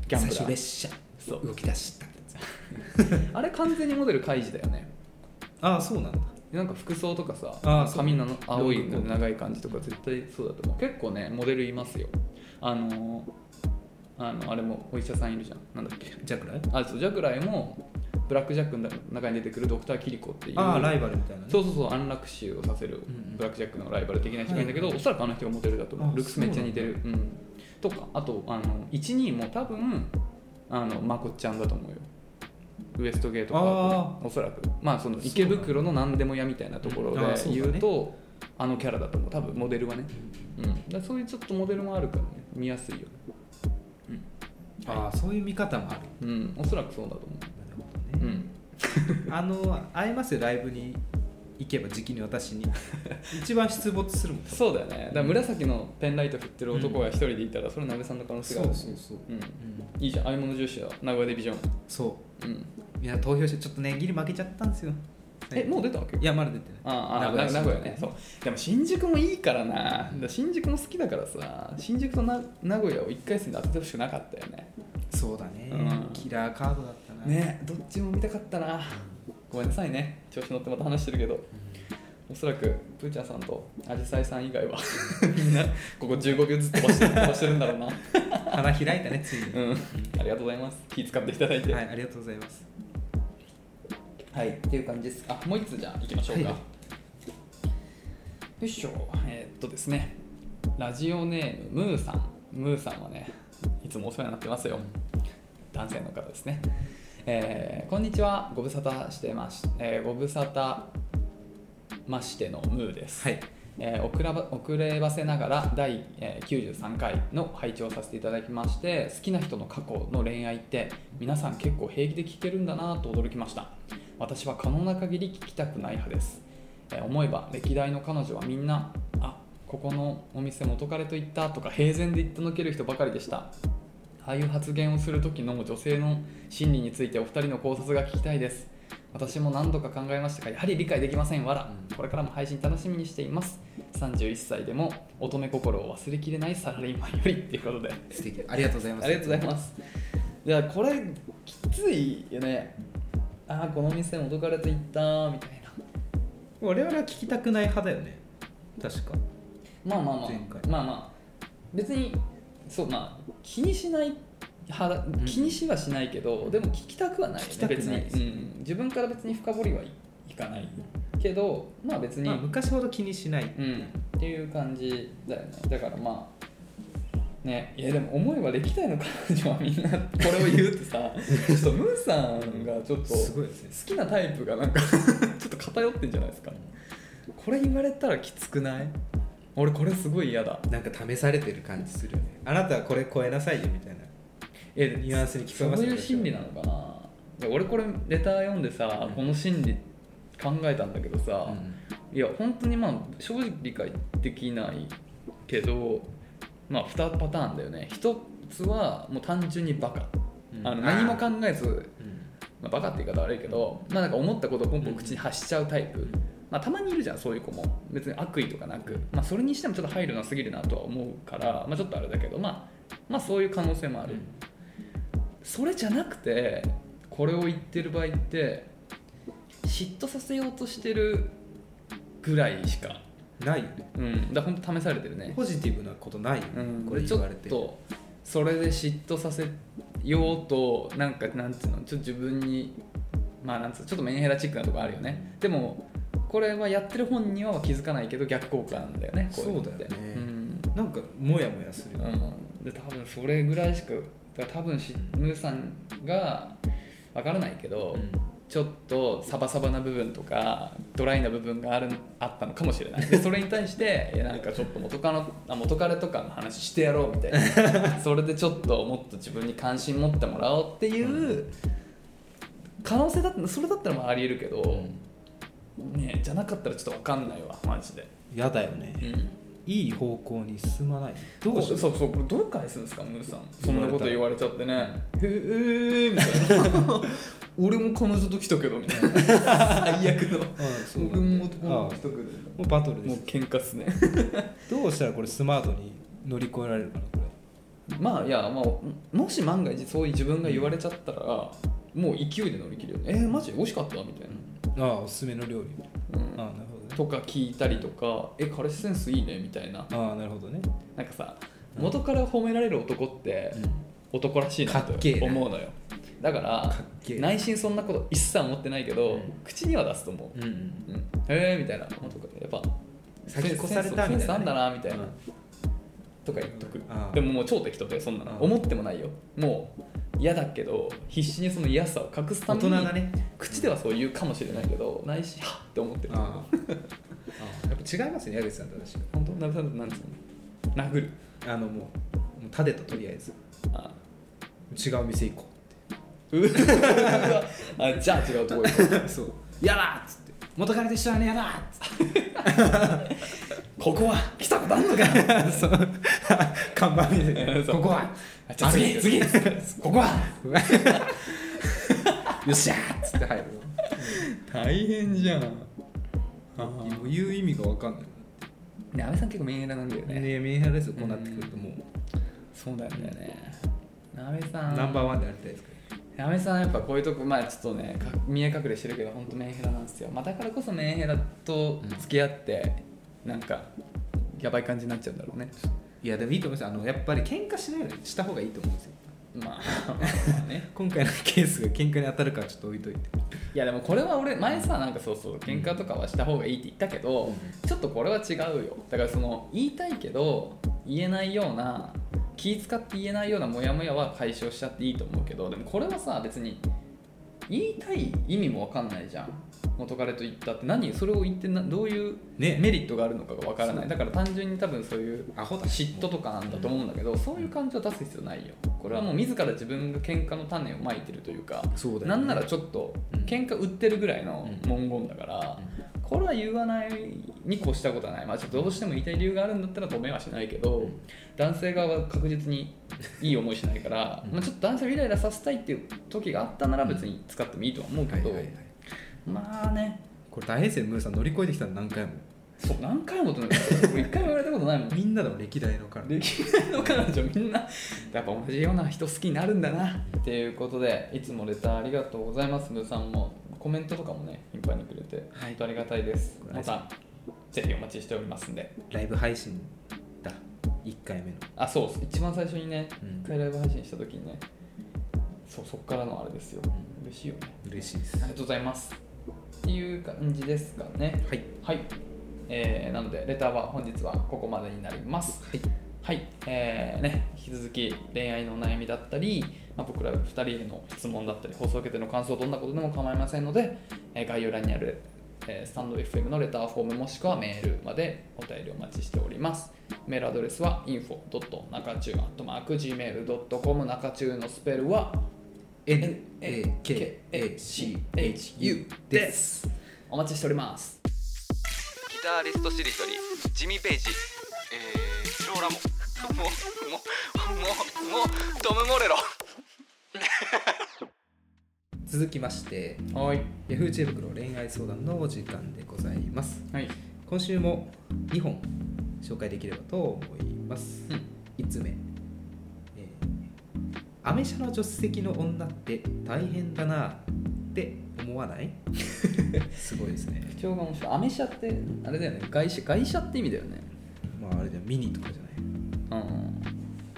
ギャ
最
ンブラ
初
ー
列車
そう
動き出した
あれ完全にモデル開示だよね
ああそうなんだ
なんか服装とかさ
あーそう
髪の青い
ロングコート
長い感じとか絶対そうだと思う結構ねモデルいますよあのーあのあれもお医者さんいるじゃんなんだっけ
ジャクライ
あそうジャクライもブラック・ジャックの中に出てくるドクター・キリコっていう
ああライバルみたいなね
そうそうそう安楽死をさせる
うんうん
ブラック・ジャックのライバル的な人がいるんだけど、
はい
おそらくあの人がモデルだと思
あ
うルックスめっちゃ似てるうんとかあとあの12も多分あのまこっちゃんだと思うよウエストゲートパー
あ
クおそらくまあその池袋の何でも屋みたいなところで
うんあーそうだね
言うとあのキャラだと思う多分モデルはね、うん、だからそういうちょっとモデルもあるからね見やすいよね
ああそういう見方もある
うんおそらくそうだと思
なるほ
うう
どね、
ん
あの会えますよライブに行けば直に私
(laughs)
に一番出没するもん
そうだよねだから紫のペンライト振ってる男が一人でいたら、それは鍋さんの可能性がある
そうそうそう
うん
うん
いいじゃん、あいもの重視だ、名古屋ディビジョン。
そ
うん、
うみんな投票してちょっとねギリ負けちゃったんですよ
え、もう出たわけ
いやまだ出てない
あああ、
名古屋
名古屋ね。そう。でも新宿もいいからな。だから新宿も好きだからさ、新宿とな名古屋を1回戦で当ててほしくなかったよね。
そうだね、
うん
キラーカードだったな、
ね、どっちも見たかったな。ごめんなさいね、調子乗ってまた話してるけど。おそらくプーちゃんさんとアジサイさん以外は (laughs) みんなここ15秒ずつ飛ばして飛ばしてるんだろうな
花開いたねついに、
うんありがとうございます気使っていただいて
はいありがとうございます
はい、っていう感じです。あ、もう一つじゃあ行きましょうか。
はい
よいしょ、えーっとですね、ラジオネームムーさん。ムーさんはね、いつもお世話になってますよ。男性の方ですね。えーこんにちは、ご無沙汰してます。えーご無沙汰ましてのムーです。
はい
えー遅らば遅ればせながら第えー93回の拝聴させていただきまして好きな人の過去の恋愛って皆さん結構平気で聞けるんだなと驚きました私は可能な限り聞きたくない派です、えー思えば歴代の彼女はみんなあここのお店元彼と行ったとか平然で言ってのける人ばかりでしたああいう発言をする時の女性の心理についてお二人の考察が聞きたいです私も何度か考えましたがやはり理解できませんわらこれからも配信楽しみにしています31歳でも乙女心を忘れきれないサラリーマンよりっていうことで
素敵ありがとうございます
ありがとうございますいやこれきついよねああこの店元彼と行ったみたいな
我々は聞きたくない派だよね確か
まあまあまあ
前回
まあまあ別にそうまあ気にしない派だ
うん
気にしはしないけど、でも聞きたくはないよね
聞きたくない
別に、うん、自分から別に深掘りはい、いかないけどまあ別に、
まあ、昔ほど気にしない、
うん、っていう感じだよねだからまあねいやでも思えば歴代の彼女はみんなこれを言うって
(laughs)
さちょっとムーさんがちょっと
す
好
ごいですね
きなタイプがなんか (laughs) ちょっと偏ってんじゃないですかこれ言われたらきつくない俺これすごい嫌だ
なんか試されてる感じするよねあなたはこれ超えなさいよみたいな
え
ニュアンスに聞こえます
そう
よ
いう心理なのかないや俺これレター読んでさこの心理考えたんだけどさ、いや本当にまあ正直理解できないけどまあ2パターンだよね1つはもう単純にバカ、
うん
あの何も考えず、
うん
まあ、バカって言い方悪いけど、まあ、なんか思ったことをポンポン口に発しちゃうタイプ、まあ、たまにいるじゃんそういう子も別に悪意とかなく、まあ、それにしてもちょっと配慮なすぎるなとは思うから、まあ、ちょっとあれだけど、まあ、まあそういう可能性もある、それじゃなくてこれを言ってる場合って嫉妬させようとしてるぐらいしか
ないよね
うん、だからほんと試されてるね、
ポジティブなことないよね、
うん、
これ
でちょ
言わ
っ
れて
とそれで嫉妬させようとなんかなんていうのちょっと自分にまあなんつうのちょっとメンヘラチックなとこあるよねでもこれはやってる本人は気づかないけど逆効果なんだよねこいのって
そうだよね
うん
なんかモヤモヤするよね、
うん、で多分それぐらいしかだから多分しムーさんがわからないけ
う
ど、
ん
ちょっとサバサバな部分とかドライな部分があるあったのかもしれないでそれに対していやなんかちょっと元カノあ元彼とかの話してやろうみたい
(laughs)
なそれでちょっともっと自分に関心持ってもらおうっていう可能性だったそれだったらまあありえるけど、ねじゃなかったらちょっと分かんないわマジで、
やだよね、
うん、
いい方向に進まないど
こ
う
う
しよ
そう
う
そうこれどう返すんですかムーさんそん
言われた
なこと言われちゃってね「へえー」みたい
(laughs)
な「俺も彼女と来たけど」みたいな最悪の
あそう
僕も男
あ
の
も
子と来たけど
うバトルで
もう
す
喧嘩っすね
どうしたらこれスマートに乗り越えられるかなこ
(laughs) まあいやまあもし万が一そういう自分が言われちゃったらもう勢いで乗り切るよね「えー、マジ美味しかった」みたい
れああおすすめの料理
な、うん
ああなるほどね
とか聞いたりとか「え彼氏センスいいね」みたいな
ああなるほどね、
なんかさ元から褒められる男って、男らしいなと
かっけえな
思うのよだから
かっけえ
内心そんなこと一切思ってないけど、
うん
口には出すと思
うんうん
う、うん、へえみたいななんとかやっぱ
先越された
セン
み
スセ
た
ンスあ
いな
んだ
ね
なみたいな、
うん
とか言っとく
ああ
でももう超適当でそんな
あ
の
あ
思ってもないよもう嫌だけど必死にその嫌さを隠すた
大
め
人
に
がね
口ではそう言うかもしれないけど内心はっって思ってる
ああああやっぱ違いますね矢口さんと私
本当なべさんって何ですかね殴る (laughs)
あのもうもう立てたとりあえず
あ
違う店行こ
ううわあじゃあ違うとこ行こう
うそうやだっつって元彼と一緒はねやだっつっ
ここは来たことあんのか
てそう看板見て
そう
ここは
じゃあ次次ここは
よっしゃーっつって入る
大変じゃんあ
もう言う意味が分かんない
ね阿部さん結構メンヘラなんだよね
ね、メンヘラですよ、こうなってくるともう、
そうなんだよね阿部さん
ナンバーワンでありたいですか
阿部さんやっぱこういうとこまあちょっとねか見え隠れしてるけど本当メンヘラなんですよ、まあ、だからこそメンヘラと付き合って、なんかやばい感じになっちゃうんだろうね
ら。いや、でもいいと思いますあの、やっぱり喧嘩しないようにした方がいいと思うんですよ。
まあまあね
今回のケースが喧嘩に当たるかはちょっと置いといて。
いやでもこれは俺前さなんかそうそう喧嘩とかはした方がいいって言ったけ
う
ど、ちょっとこれは違うよだからその言いたいけど言えないような気使って言えないようなモヤモヤは解消しちゃっていいと思うけどでもこれはさ別に言いたい意味も分かんないじゃん元彼と言ったって何それを言ってなどういう
ね
メリットがあるのかが分からない、
そう
だから単純に多分そういう
アホだ
嫉妬とかなんだと思うんだけどそういう感情を出す必要ないよこれはもう自ら自分が喧嘩の種をまいてるというか
そうだよね
なんならちょっと
うん
喧嘩売ってるぐらいの文言だから、これは言わないに越したことはない、まあ、ちょっとどうしても言いたい理由があるんだったら止めはしないけど、
うん
男性側は確実にいい思いしないから、
うん
まあ、ちょっと男性をイライラさせたいっていう時があったなら別に使ってもいいとは思うけ
はい
ど、
はいはい。
まあね
これ大変ですよ、ムーさん乗り越えてきたの何回も。
そう何回もとない俺一回も言われたことないもん
みんなでも歴代のから。
できないの彼女みんなやっぱ同じような人好きになるんだなっていうことでいつもレターありがとうございますムーさんもコメントとかもね頻繁にくれて
はい
本当ありがたいです、
ご来
ま
場
たぜひお待ちしておりますんで
ライブ配信だ、1回目の。
あそう一番最初にね
うん
一回ライブ配信した時にねそうそっからのあれですよ嬉しいよね
嬉しいで
あ
す。
りがとうございますっていう感じですかね
はい。
はい、えーなのでレターは本日はここまでになります
はい。
はい、えーね、引き続き恋愛のお悩みだったり、まあ、僕ら2人への質問だったり放送を受けての感想どんなことでも構いませんので、えー概要欄にある、えースタンド FM のレターフォームもしくはメールまでお便りお待ちしておりますメールアドレスは info.nakachu.gmail.com 中中のスペルは
NAKACHU です。
お待ちしておりますギタリストしりとりジミー・ペイジえー、スローラモもうもうもうもうトム・モレロ
続きまして、
はい
Yahoo! 知恵袋恋愛相談のお時間でございます。
はい
今週も2本紹介できればと思います、
うん
5つ目、えーアメ車の助手席の女って大変だなって思わないすごいですね
口調が面白いアメ車ってあれだよね外車外車って意味だよね
(laughs) まああれじゃミニとかじゃない
うん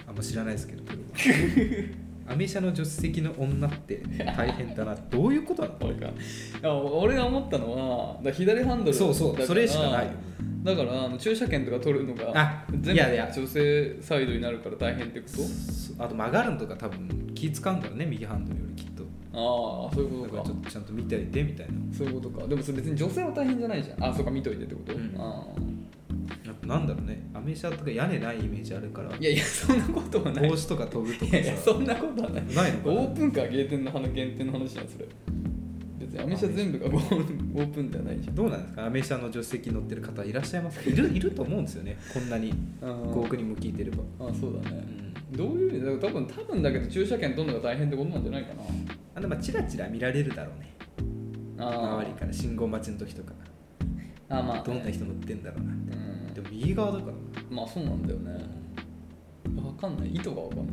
あんま知らないですけど (laughs) アメ車の助手席の女って大変だなどういうことなの
俺かいや俺が思ったのはだから左ハンドル
そうそう
だら
それしかないよ
だからあの駐車券とか取るのが
あ
全
い
部
やいや
女性サイドになるから大変ってこと
そあと曲がるのとか多分気使うんだろうね右ハンドルよりきっと
あああそういう
だ
こ
から
とか
ちょっとちゃんと見ておいてみたいな
そういうことかでもそれ別に女性は大変じゃないじゃんあそうか見といてってこと、
うん
あ
やっぱなんだろうねアメ車とか屋根ないイメージあるから
あいやいやそんなことはない
帽子とか飛ぶと
い
か
やいや
さ
そんなことはない
ないのか
オ
な
ープンカーゲーテンの花限定の話じゃんそれ別にアメ車全部がゴーオープンじゃないじゃん
どうなんですかアメ車の助手席に乗ってる方いらっしゃいますかいるいると思うんですよねこんなに5億人
人
も聞いてれば、
あそうだね
うん
どういう意味だ多分多分だけど駐車券取るのが大変ってことなんじゃないか
あでもチラチラ見られるだろうね
なあー
周りから信号待ちの時とか
あーまあ
どんな人乗ってんだろうな
うん
でも右側だから
まあそうなんだよねわかんない意図がわかんない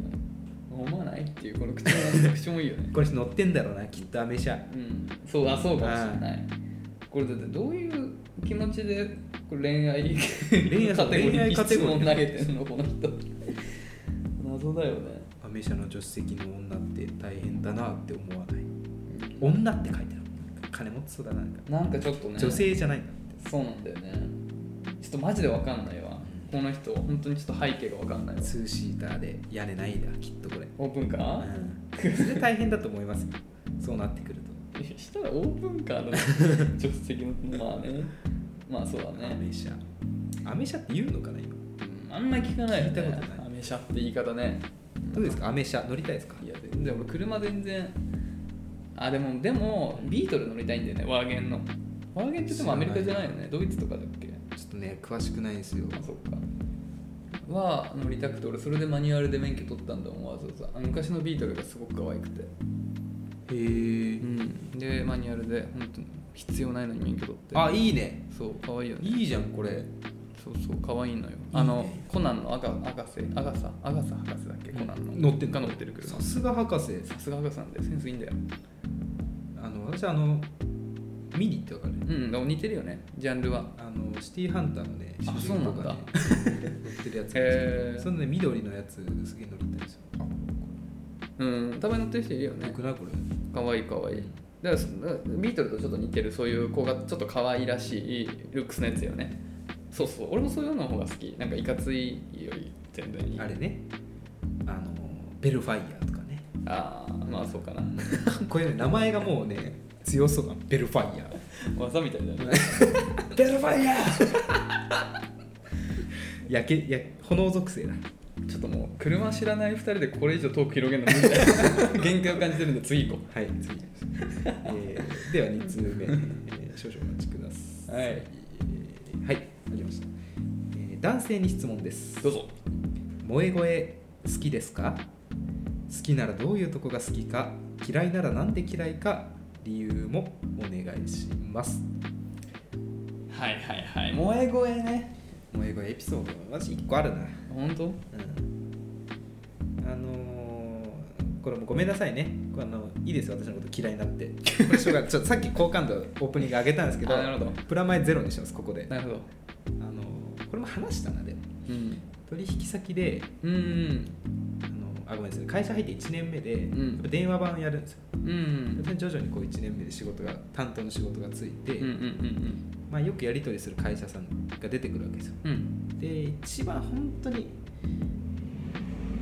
思わないっていうこの口
(laughs)
の口もいいよね
これ乗ってんだろうなきっとアメ車
うんそうあそうかもしれないこれだってどういう気持ちでこれ恋愛
恋愛
カテゴリ
恋
ー
愛カテ
質
ゴリー
問投げてんのこの人謎だよね
アメ車の助手席の女って大変だなって思わない女って書いてある金持ってそうだななんか
なんかちょっとね
女性じゃないんだ
そうなんだよねちょっとマジでわかんないわこの人本当にちょっと背景がわかんないわ
ツーシーターで屋根ないんだきっとこれ
オープンカー
うん、それ大変だと思いますよそうなってくると
いやしたらオープンカ
(laughs)
ーの助手席のまあねまあそうだ
ア
ね、
メ車アメ車って言うのかな今
うん、あんまり聞かないよね
聞いたことない
アメ車って言い方ね
どうですかアメ車乗りたいですか
いや全然俺車全然あでもでもビートル乗りたいんだよねワーゲンのワーゲンってでもアメリカじゃないよねドイツとかだっけ
ちょっとね詳しくないんですよ
あそっかは乗りたくて俺それでマニュアルで免許取ったんだもんわざわざあ昔のビートルがすごく可愛くて
へえ
うんでマニュアルで本当に必要ないのに免許取って
あいいね
そう可愛いよね
いいじゃんこれ
そうそう可愛いのよあ
い
の
いね
コナンのアガアガセアガサアガサ博士だっけコナンの
乗ってん
が
の
乗ってる車
さすが博士
さすが博士なんでセンスいいんだよ
あの私あのミニってわかる
うんでも似てるよねジャンルは
あのシティハンターのね
あ
主人公がね (laughs) 乗ってるやつが
へー
そのね緑のやつすげえ乗りたいんですよあ
うんたまに乗ってる人いるよ
よ
ね
くないこれ
かわいいかわいいだからそビートルとちょっと似てるそういう子がちょっと可愛らしいルックスのやつよねそうそう俺もそういうの方が好きなんかいかついより全然いい
あれねあのベルファイヤーとかね (laughs)
あーまあそうかな
これね名前がもうね強そうなベルファイヤ
技みたいだね
ー (laughs) ベルファイヤ (laughs) ーやけや炎属性だ
ちょっともう車知らない2人でこれ以上トーク広げるの無理だよ限界を感じてるんで次行こ
はい次、えー、では2通 (laughs) 目、えー少々お待ちください
はい
えーはいありました、えー男性に質問です
うどうぞ
萌え声好きですか好きならどういうとこが好きか嫌いならなんで嫌いか理由もお願いします
はいはいはい萌え声ね
萌え声エピソードマジ1個あるな
本当
うんあのーこれもごめんなさいねこれあのいいですよ私のこと嫌いになってこれしょうがないちょっとさっき好感度オープニング上げたんですけど
あなるほど
プラマイゼロにしますここで、あ
なるほど
のーこれも話したなでも
うん
取引先で
うん
あのあごめんなさい会社入って1年目で、
ん
やっぱ電話番やるんですよ
うんうん
で徐々にこう1年目で仕事が担当の仕事がついて、
うんうん
まあ、よくやり取りする会社さんが出てくるわけですよ
うんうん
で一番本当に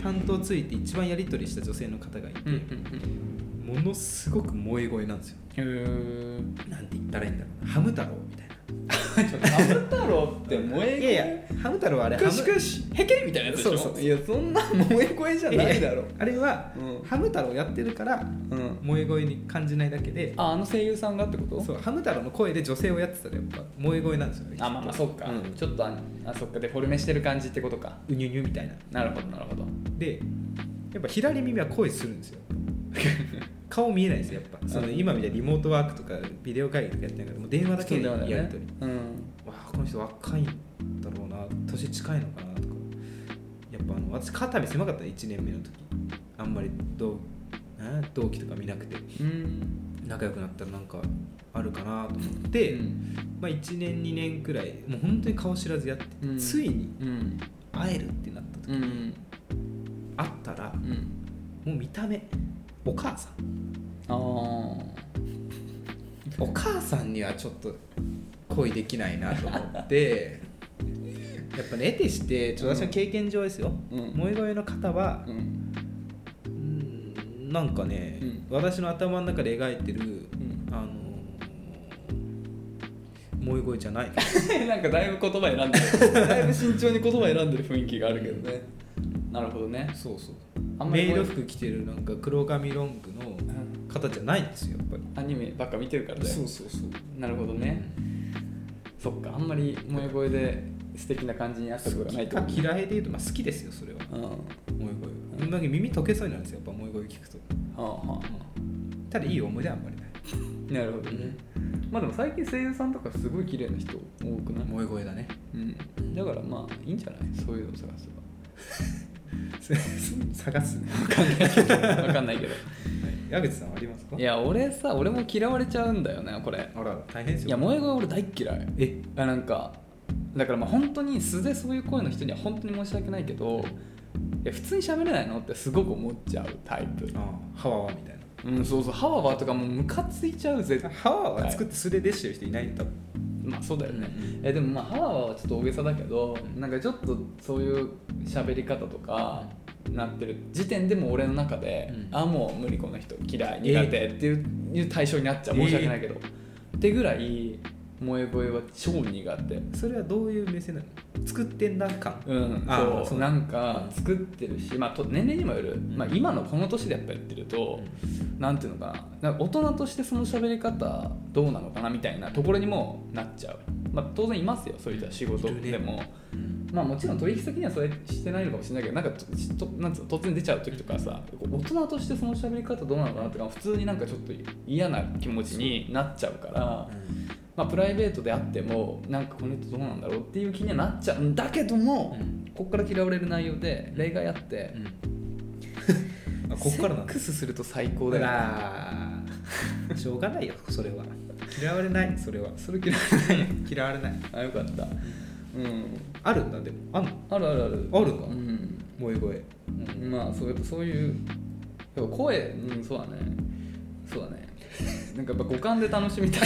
担当ついて一番やり取りした女性の方がいて、
うんうん
ものすごく萌え声なんですよ
うん
なんて言ったらいいんだろうなハム太郎みたいな
ハム太郎って萌え声
いやいやハム太郎はあれ
かし
ハ
かしへけみたいなやつでしょ
そうそう
やそんな萌え声じゃ
ム
ないだ
い
ろ
やいやあれは、
うん
ハム太郎やってるから
うん
萌え声に感じないだけで
ああの声優さんがってこと
そうハム太郎の声で女性をやってたらやっぱ萌え声なんですよね
あまあまあそっか、
うん
ちょっとああそっかデフォルメしてる感じってことか
うにゅにゅみたいな
なるほどなるほど
でやっぱ左耳は声するん
(laughs)
ですよ顔見えないんですよやっぱその
うん
今みたいにリモートワークとかビデオ会議とかやってないからもう電話だけでや
そうだよ
り
ね
取り、
うん
わあこの人若いんだろうな年近いのかなとかやっぱあの私肩身狭かった1年目の時あんまり同え同期とか見なくて
うん
仲良くなったらなんかあるかなと思って、
うん
まあ、1年2年くらいもう本当に顔知らずやってて、
うん
ついに
うん
会えるってなった時、
うん
会ったら
うん
もう見た目お母さん
あー
お母さんにはちょっと恋できないなと思って (laughs) やっぱね得てしてちょっと私の経験上ですよ、
うん
萌え声の方は
うん
うーんなんかね、
うん
私の頭の中で描いてる
うん (laughs)
あの萌え声じゃない
なんかだいぶ言葉選んで (laughs) るだいぶ慎重に言葉選んでる雰囲気があるけどねなるほどね
そうそう
あんま
メ
り
イ
こうい
ド
う
服着てるなんか黒髪ロングの
うん
方じゃないんですよやっぱり
アニメばっか見てるからだよ
うそうそう
なるほどねそっかあんまり萌え声で素敵な感じになったことがないって
か
ことね
嫌いで言うと、まあ、好きですよそれは
うんは
萌え声なんか耳溶けそうになるんですよやっぱ萌え声聞くと
あは
ただいい思い出はあんまりない
あなるほどねまあでも最近声優さんとかすごい綺麗な人多くない
萌え声だ
(laughs)
ね
うんだからまあいいんじゃないそういうのを探せば
探す
分かんないけど (laughs) 分かんないけど
矢口さんはありますか
いや俺さ俺も嫌われちゃうんだよねこれ
あらら大変ですよ
いや萌え声俺大っ嫌い
え
あなんかだからまあ本当に素でそういう声の人には本当に申し訳ないけどいや普通に喋れないのってすごく思っちゃうタイプ
ああハワワみたいな
うんそうそうハワワとかもうムカついちゃうぜ
ハワワは作って素手でしてる人いないよ多分
まあそうだよね、
うん
えでもまあハワワはちょっと大げさだけど、
うん
なんかちょっとそういう喋り方とかなってる時点でもう俺の中で、
うん
あもう無理この人嫌い
えー
苦手っていう,、いう対象になっちゃう申し訳ないけど、ってぐらい萌え声は超苦手
それはどういう目線なの作ってんだ感
うん、
あ
そう
そう
なんか作ってるし、まあ、と年齢にもよる、
ん
まあ、今のこの年でやっぱやってると、なんていうのかななんか大人としてその喋り方どうなのかなみたいなところにもなっちゃう、まあ、当然いますよそういった仕事
いるね
でも、
うん
まあ、もちろん取引先にはそれしてないのかもしれないけどなんかととなんつうの突然出ちゃう時とかさこう大人としてその喋り方どうなのかなとか普通になんかちょっと嫌な気持ちになっちゃうから。まあ、プライベートであってもなんかこの人どうなんだろうっていう気にはなっちゃうんだけども、
うん
ここから嫌われる内容で例外あって、
あこっからなん
セッ
だ
クスすると最高だよね
あら (laughs) しょうがないよそれは嫌われないそれは
それ嫌われない (laughs)
嫌われない
あよかったうん
あるんだでもあんの
あるあるある
あるか
うん、
萌え声
うんまあそうやっぱそういうやっぱ声うんそうだねそうだねなんかやっぱ五感で楽しみ
(laughs)
たい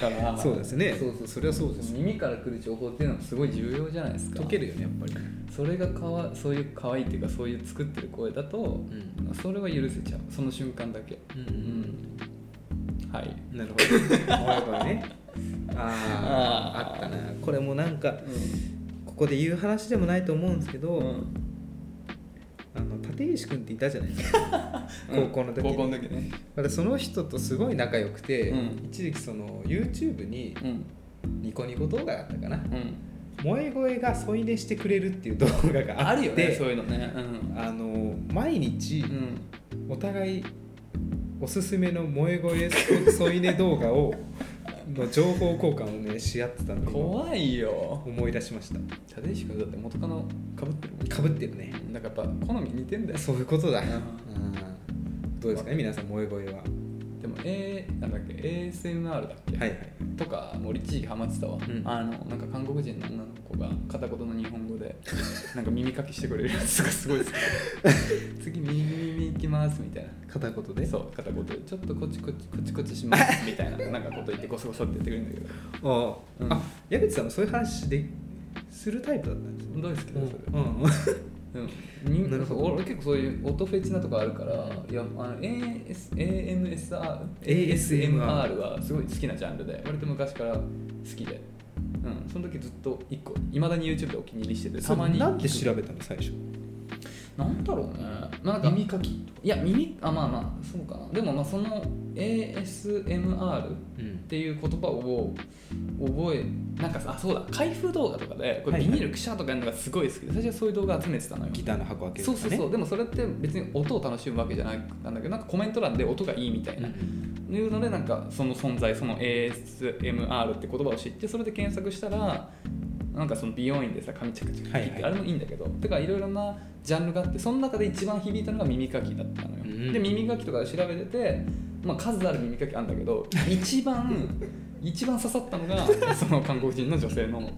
から
そうですね
そうそう
それはそうです
耳から来る情報っていうのはすごい重要じゃないですか
溶けるよねやっぱり
それがかわそういう可愛いっていうかそういう作ってる声だと、
ん
それは許せちゃうその瞬間だけ
うん
うんはい
なるほど萌え声 (laughs) ねあああ
あー
ったなこれもなんかここで言う話でもないと思うんですけど、
うん
あの立石君っていたじゃないですか
(laughs)
高校の時
高校の時ね
私その人とすごい仲良くて、
うん
一時期その YouTube に
うん
ニコニコ動画だったかな
うん
萌え声が添い寝してくれるっていう動画があ
あ
って
るよねそういうのねうん
あの毎日
うん
お互いおすすめの萌え声添い寝動画をの情報交換をねし合ってたのを
怖いよ
思い出しました
立石君だって元カノかぶってるも
かぶってるね
んなんかやっぱ好み似てんだよ
そういうことだ、
うん
うんどうですかね皆さん萌え声はは
でも A なんだっけ ASMR だっけ
いはい
とかもう俺一時期ハマってたわ、
ん
あのなんか韓国人の女の子が片言の日本語
(laughs)
でなんか耳かきしてくれるやつがすごい好き
(laughs)
次耳耳行きますみたいな
片言で
そう片言でちょっとこっちこっちこっちこっちしますみたいななんかこと言ってゴソゴソって言ってくれるんだけ
あ、
うん
あ矢口さんもそういう話でするタイプだったんですね
ど大好きだよそれ、
うん (laughs)
うんみん
なるほど
そう俺結構そういう音フェチなとこあるからいやあの AS AMSR
ASMR
はすごい好きなジャンルで割と昔から好きで、うん、その時ずっと1個いまだに YouTube でお気に入りしててた
た
ま
ま
に
になんで調べたの最初
なんだろうね、まあ、なんか
耳
かきいや耳あまあまあそうかなでもまあその ASMR っていう言葉を覚えなんかさあそうだ開封動画とかでこ
は
れ
い
ビ
はい
ニールくしゃとかやるのがすごい好きで最初はそういう動画集めてたのよ
ギターの箱開ける
そ
と
う
か、ね、
そうそうでもそれって別に音を楽しむわけじゃないなんだけどなんかコメント欄で音がいいみたいな、いうのでなんかその存在その ASMR って言葉を知ってそれで検索したらなんかその美容院でさ髪チャカチャカ切って、
はいはい
あれもいいんだけどてかいろいろなジャンルがあってその中で一番響いたのが耳かきだったのよ、
うん
で耳かきとかで調べてて、まあ、数ある耳かきあるんだ
(laughs)
けど一番一番刺さったのがその韓国人の女性の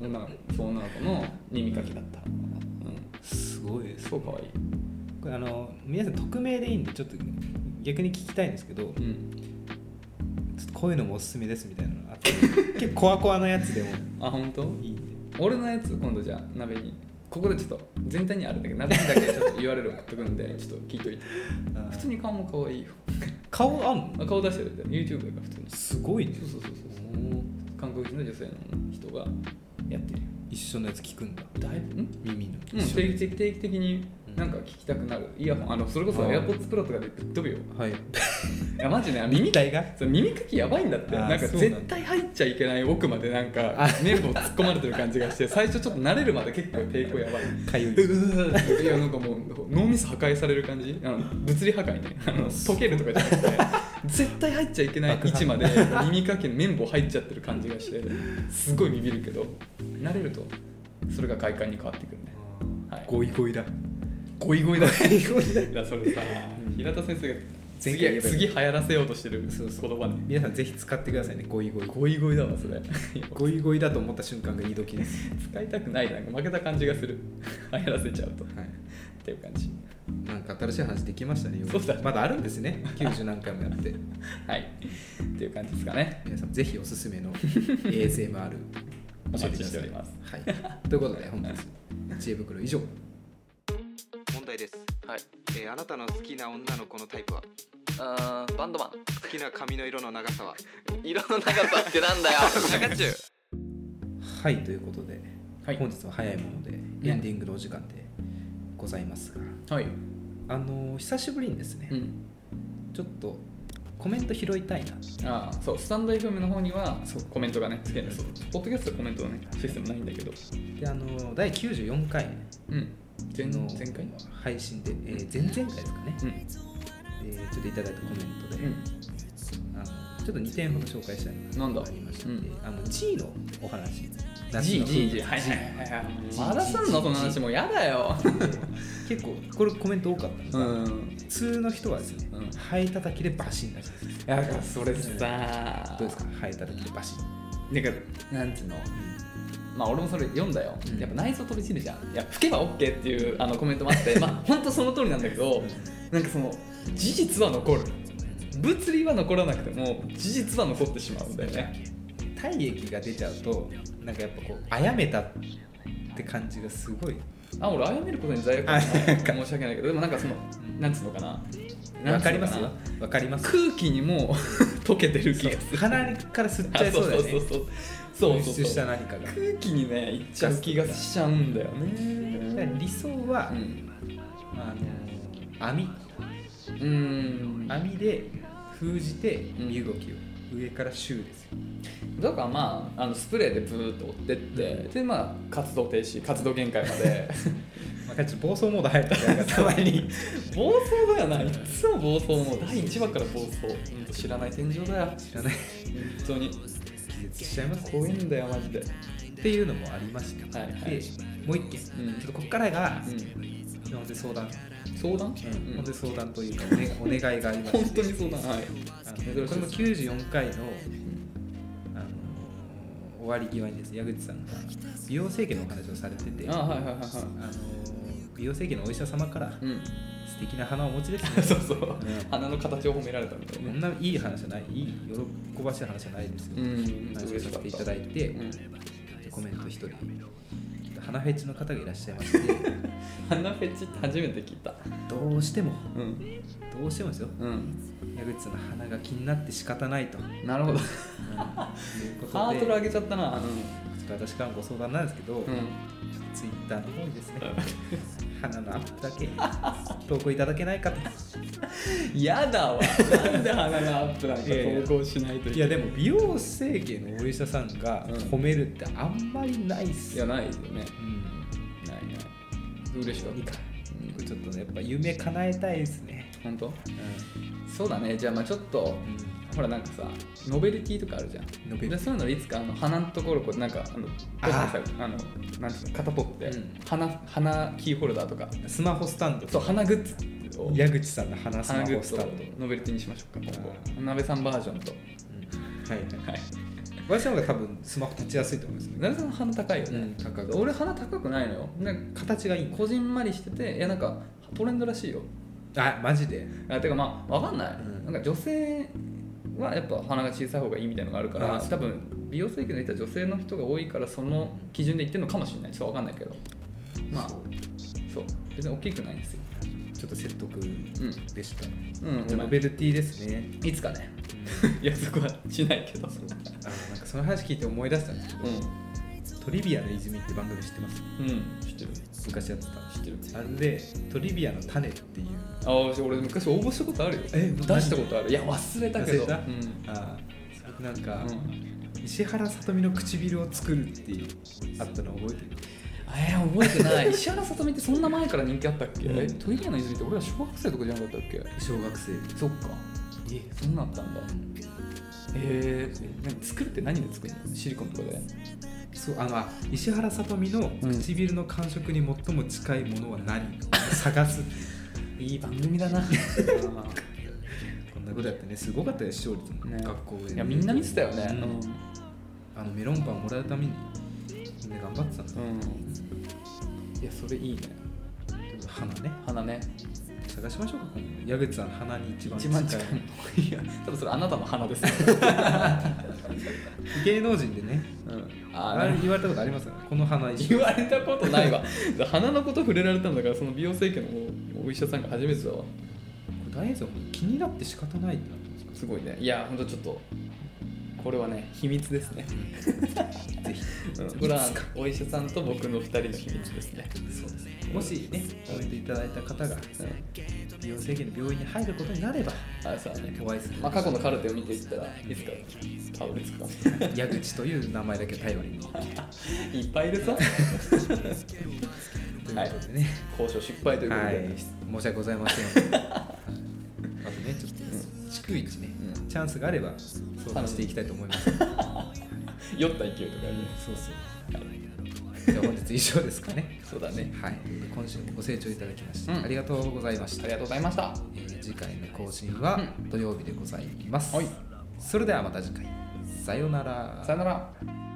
女の子そう女の子の耳かきだった、うん、
すごいです
すごい可愛い
これあの皆さん匿名でいいんでちょっと逆に聞きたいんですけど、
うん、
ちょっとこういうのもおすすめですみたいなのあって結構コアコアのやつでも
あ本当
いいんで
俺のやつ今度じゃあ鍋にここでちょっと全体にあるんだけど夏だけちょっと URL 送っとくん
(laughs)
でちょっと聞いといて普通に顔も可愛いよ
顔あん
あ
の
顔出してるんだよ YouTube が普通に
すごいね
そうそうそうそう韓国人の女性の人がやってるよ
一緒のやつ聞くんだ
だいぶん
耳の
うん、
一緒の
定
や
期定期的になんか聞きたくなる、イヤホンあのそれこそ
あー
AirPods Pro とかでぶっ飛ぶよ
つはい
いやマジね耳
体が
そう耳かきやばいんだって
あー
なんか
そうなんだ
絶対入っちゃいけない奥までなんか綿棒突っ込まれてる感じがして最初ちょっと慣れるまで結構抵抗やばい
かゆ
うわーいやなんかもう脳みそ破壊される感じあの物理破壊ねあの溶けるとかじゃなくて絶対入っちゃいけない (laughs) 位置まで耳かきの綿棒入っちゃってる感じがしてすごいビビるけど慣れるとそれが快感に変わってくるねはい
ゴイゴイだ
ゴイゴイだね
ゴイゴイだ
いやそれさ平田先生が
前回言え
次
ば
次流行らせようとしてる言葉ね
皆さんぜひ使ってくださいねゴイゴイ
ゴイゴイだわそれ (laughs)
ゴイゴイだと思った瞬間がいい時です、
使いたくないなんか負けた感じがする (laughs) 流行らせちゃうとっ
はい、
ていう感じ
なんか新しい話できましたねよ
そうだね
まだあるんですね90何回もやって
はいっていう感じですかね
皆さんぜひおすす
(laughs)
めの ASMR
お
教えて
待
く
ち
だ
して
さい
おります
はい、ということで本日知恵袋以上
問題です、
はい
えーあなたの好きな女の子のタイプは
あーバンドマン
好きな髪の色の長さは
色の長さってなんだよ中中
はいということで、
はい
本日は早いものでエンディングのお時間でございますが、
はい
あのー久しぶりにですね、
うん
ちょっとコメント拾いたいな
ああそうスタンド FM の方には
そう
コメントがねつけないそうポッドキャストはコメントのねシステムないんだけ
で
ど
あのー第94回
うん前
の
前回の
配信で、えー前々回ですかね、
うん
えーちょっといただいたコメントで、
う
あのちょっと2点ほど紹介したい
んなん
の
だ
がありまして、
うん
あの G のお話
G G G
は
はいい
は
はいいはいはいまだすんのその話もうやだよ
結構これコメント多かったんです
(laughs) う
が、
ん
普通の人はですね、
うん
ハエ叩きでバシンだし
やだからそれさ
どうですかハエ叩きでバシン、
なんかなんつうのまあ俺もそれ読んだよ、
うん
やっぱ内臓飛び散るじゃんいや吹けば OK っていうあのコメントもあって
(laughs)
まあ本当その通りなんだけどなんかその事実は残る物理は残らなくても事実は残ってしまうんだよね
体液が出ちゃうとなんかやっぱこうあやめたって感じがすごい
あ俺謝ることに罪悪感ない申し訳ないけどでもなんかそのなんつうのかなな
わ
んつ
か
う
り
の
ま
か
す
な
わかります
空気にも溶けてる気がする
鼻から吸っちゃいそうだよね
あそうそうそうそう
噴
そ
出
うそう
し
そ
た
う
何かが
空気にねいっちゃう気がしちゃうんだよ
だから
ね
理想は、
うん
あの網
うん
網で封じて
ん
身動きを、上からシューですよ
だからまああのスプレーでブーッと追ってって、でまあ活動停止活動限界まで
まあ、ちょっと暴走モード入ったからたまに
(laughs) 暴走だよないつも暴走もう第1話から暴走ほんと知らない天井だよ
知らない
本当に
気絶しちゃいます
怖いんだよマジで
っていうのもありました、
はいはい
でもう一件、
うん
ちょっとここからが、
うん
本当に相談、
相談、うん
本当に相談というかお,、ね、お願いがありま
本
して
当に相談はい
あのこれも94回のあの終わり際にですね矢口さんが美容整形のお話をされてて
あはいはいは
あ
いは
の美容整形のお医者様から
いうん
素敵な花をお持ちですね
(laughs) そうそう
うん
鼻の形を褒められたみたい
こ
な
な
ん
いい話じゃないいい喜ばしい話じゃないですよ、
うん
話をさせていただいて、
うん
コメント一人花フェチの方がいらっしゃいまして
鼻フェチって初めて聞いた
どうしても
うん
どうしてもですよ
うん
矢口さんの鼻が気になって仕方ないと、
なるほど
いうことで
ハードル上げちゃったな
ちょっと私からもご相談なんですけど、
うん、うん
ツイッターの方にですね花のアップだけ投稿いただけないかと
やだわ。なんで鼻がアップなん
いやいや
か投稿しないとい
いや
けない。
でも美容整形のお医者さんが
うん
褒めるってあんまりないっす
いや、ないよね。
うん
ないない。嬉しいわ
いいか
うん
ちょっとねやっぱ夢叶えたいですね
本当
う
そうだね。じゃあ、まあちょっと、
ん
ほら、なんかさ、ノベルティとかあるじゃん。
ノベルティ
でそういうのいつかあの鼻のところこうなんかあの
あー
こうやってさあのなんていうの肩取って、
うん
鼻鼻キーホルダーとか
スマホスタンド
そう
と
鼻グッズを
矢口さんの鼻スマ
鼻グ
ホ
ッ
ス
ズ
タ
を
ンド、
ノベルティにしましょうか今
あ
後鍋さんバージョンと
はいはい
はい
私の方が多分スマホ立ちやすいと思いますね
鍋さんの鼻高いよね、
うん高く
俺鼻高くないのよなんか
形がいいの
こじんまりしてていやなんかトレンドらしいよ
あマジで
あてかまあわかんない、
うん
なんか女性はやっぱ鼻が小さい方がいいみたいなのがあるから
あー
多分美容整形の人は女性の人が多いからその基準で言ってるのかもしれないちょっとわかんないけどまあそう別に大きくないんですよ
ちょっと説得でした、
うん、うん、
じゃあノベルティですね、
いつか
(laughs)
ねいやそこはしないけど
そうあのなんかその話聞いて思い出したんですけど、トリビアの泉って番組知ってます
うんうん知ってる
昔やってた
知ってる
あれでトリビアの種っていう
あー俺昔応募したことあるよ
え
出したことあるいや忘れたけど
忘れた
うん
あーそれなんか、
うん
石原さとみの唇を作るっていうあったの覚えてる
えー、覚えてない (laughs) 石原さとみってそんな前から人気あったっけ、
うん
えトイレの泉って俺ら小学生とかじゃなかったっけ
小学生
そっかえそんなんあったんだえー、何作るって何で作るのシリコンとかで
そうあのあ石原さとみの唇の感触に最も近いものは何、探す
いい番組 (laughs) だな
こんなことやってねすごかったよ視聴率も、
ね
学校で
いやみんな見てたよね
うんあのメロンパンもらうためにみんな頑張ってたんだ
うん、うん、いやそれいいね
けど花ね
花ね
探しましょうか今度矢口さんの花に一番
一
近い
番近いのいや多分それあなたの花です、
芸能人でね
(laughs) うん、
あ
あなる
れ
ほど
言われたことありますよねこの花一緒
言われたことないわ鼻のこと触れられたんだからその美容整形のお医者さんが初めてだわ
これ大変ですよ気になって仕方ないってなってますか
すごいねいやほんとちょっとこれはね秘密ですね
ぜひ
うんこれはお医者さんと僕の2人の秘密ですね
そうですねもしねコメントいただいた方が美容整形の病院に入ることになれば
あそうだね
お会いする
まあ、過去のカルテを見ていったらいつかたどり着 (laughs) くかも
(laughs) 矢口という名前だけ頼りにというこ
いっぱいい (laughs) るぞ
とでね、
交渉失敗ということで、
はい、申し訳ございません。あとね、ちょっと、逐一ね、
うん
チャンスがあれば、相談していきたいと思います。そう
酔った勢いとかね
そう。じゃあ、本日以上ですか
(laughs)
ね。
そうだね
はい、今週もご清聴いただきまして、
うん
ありがとうございまし
あ
た
り。がとうございました
えー次回の更新は
う
土曜日でございます。
はい
それではまた次回。さようなら
さよなら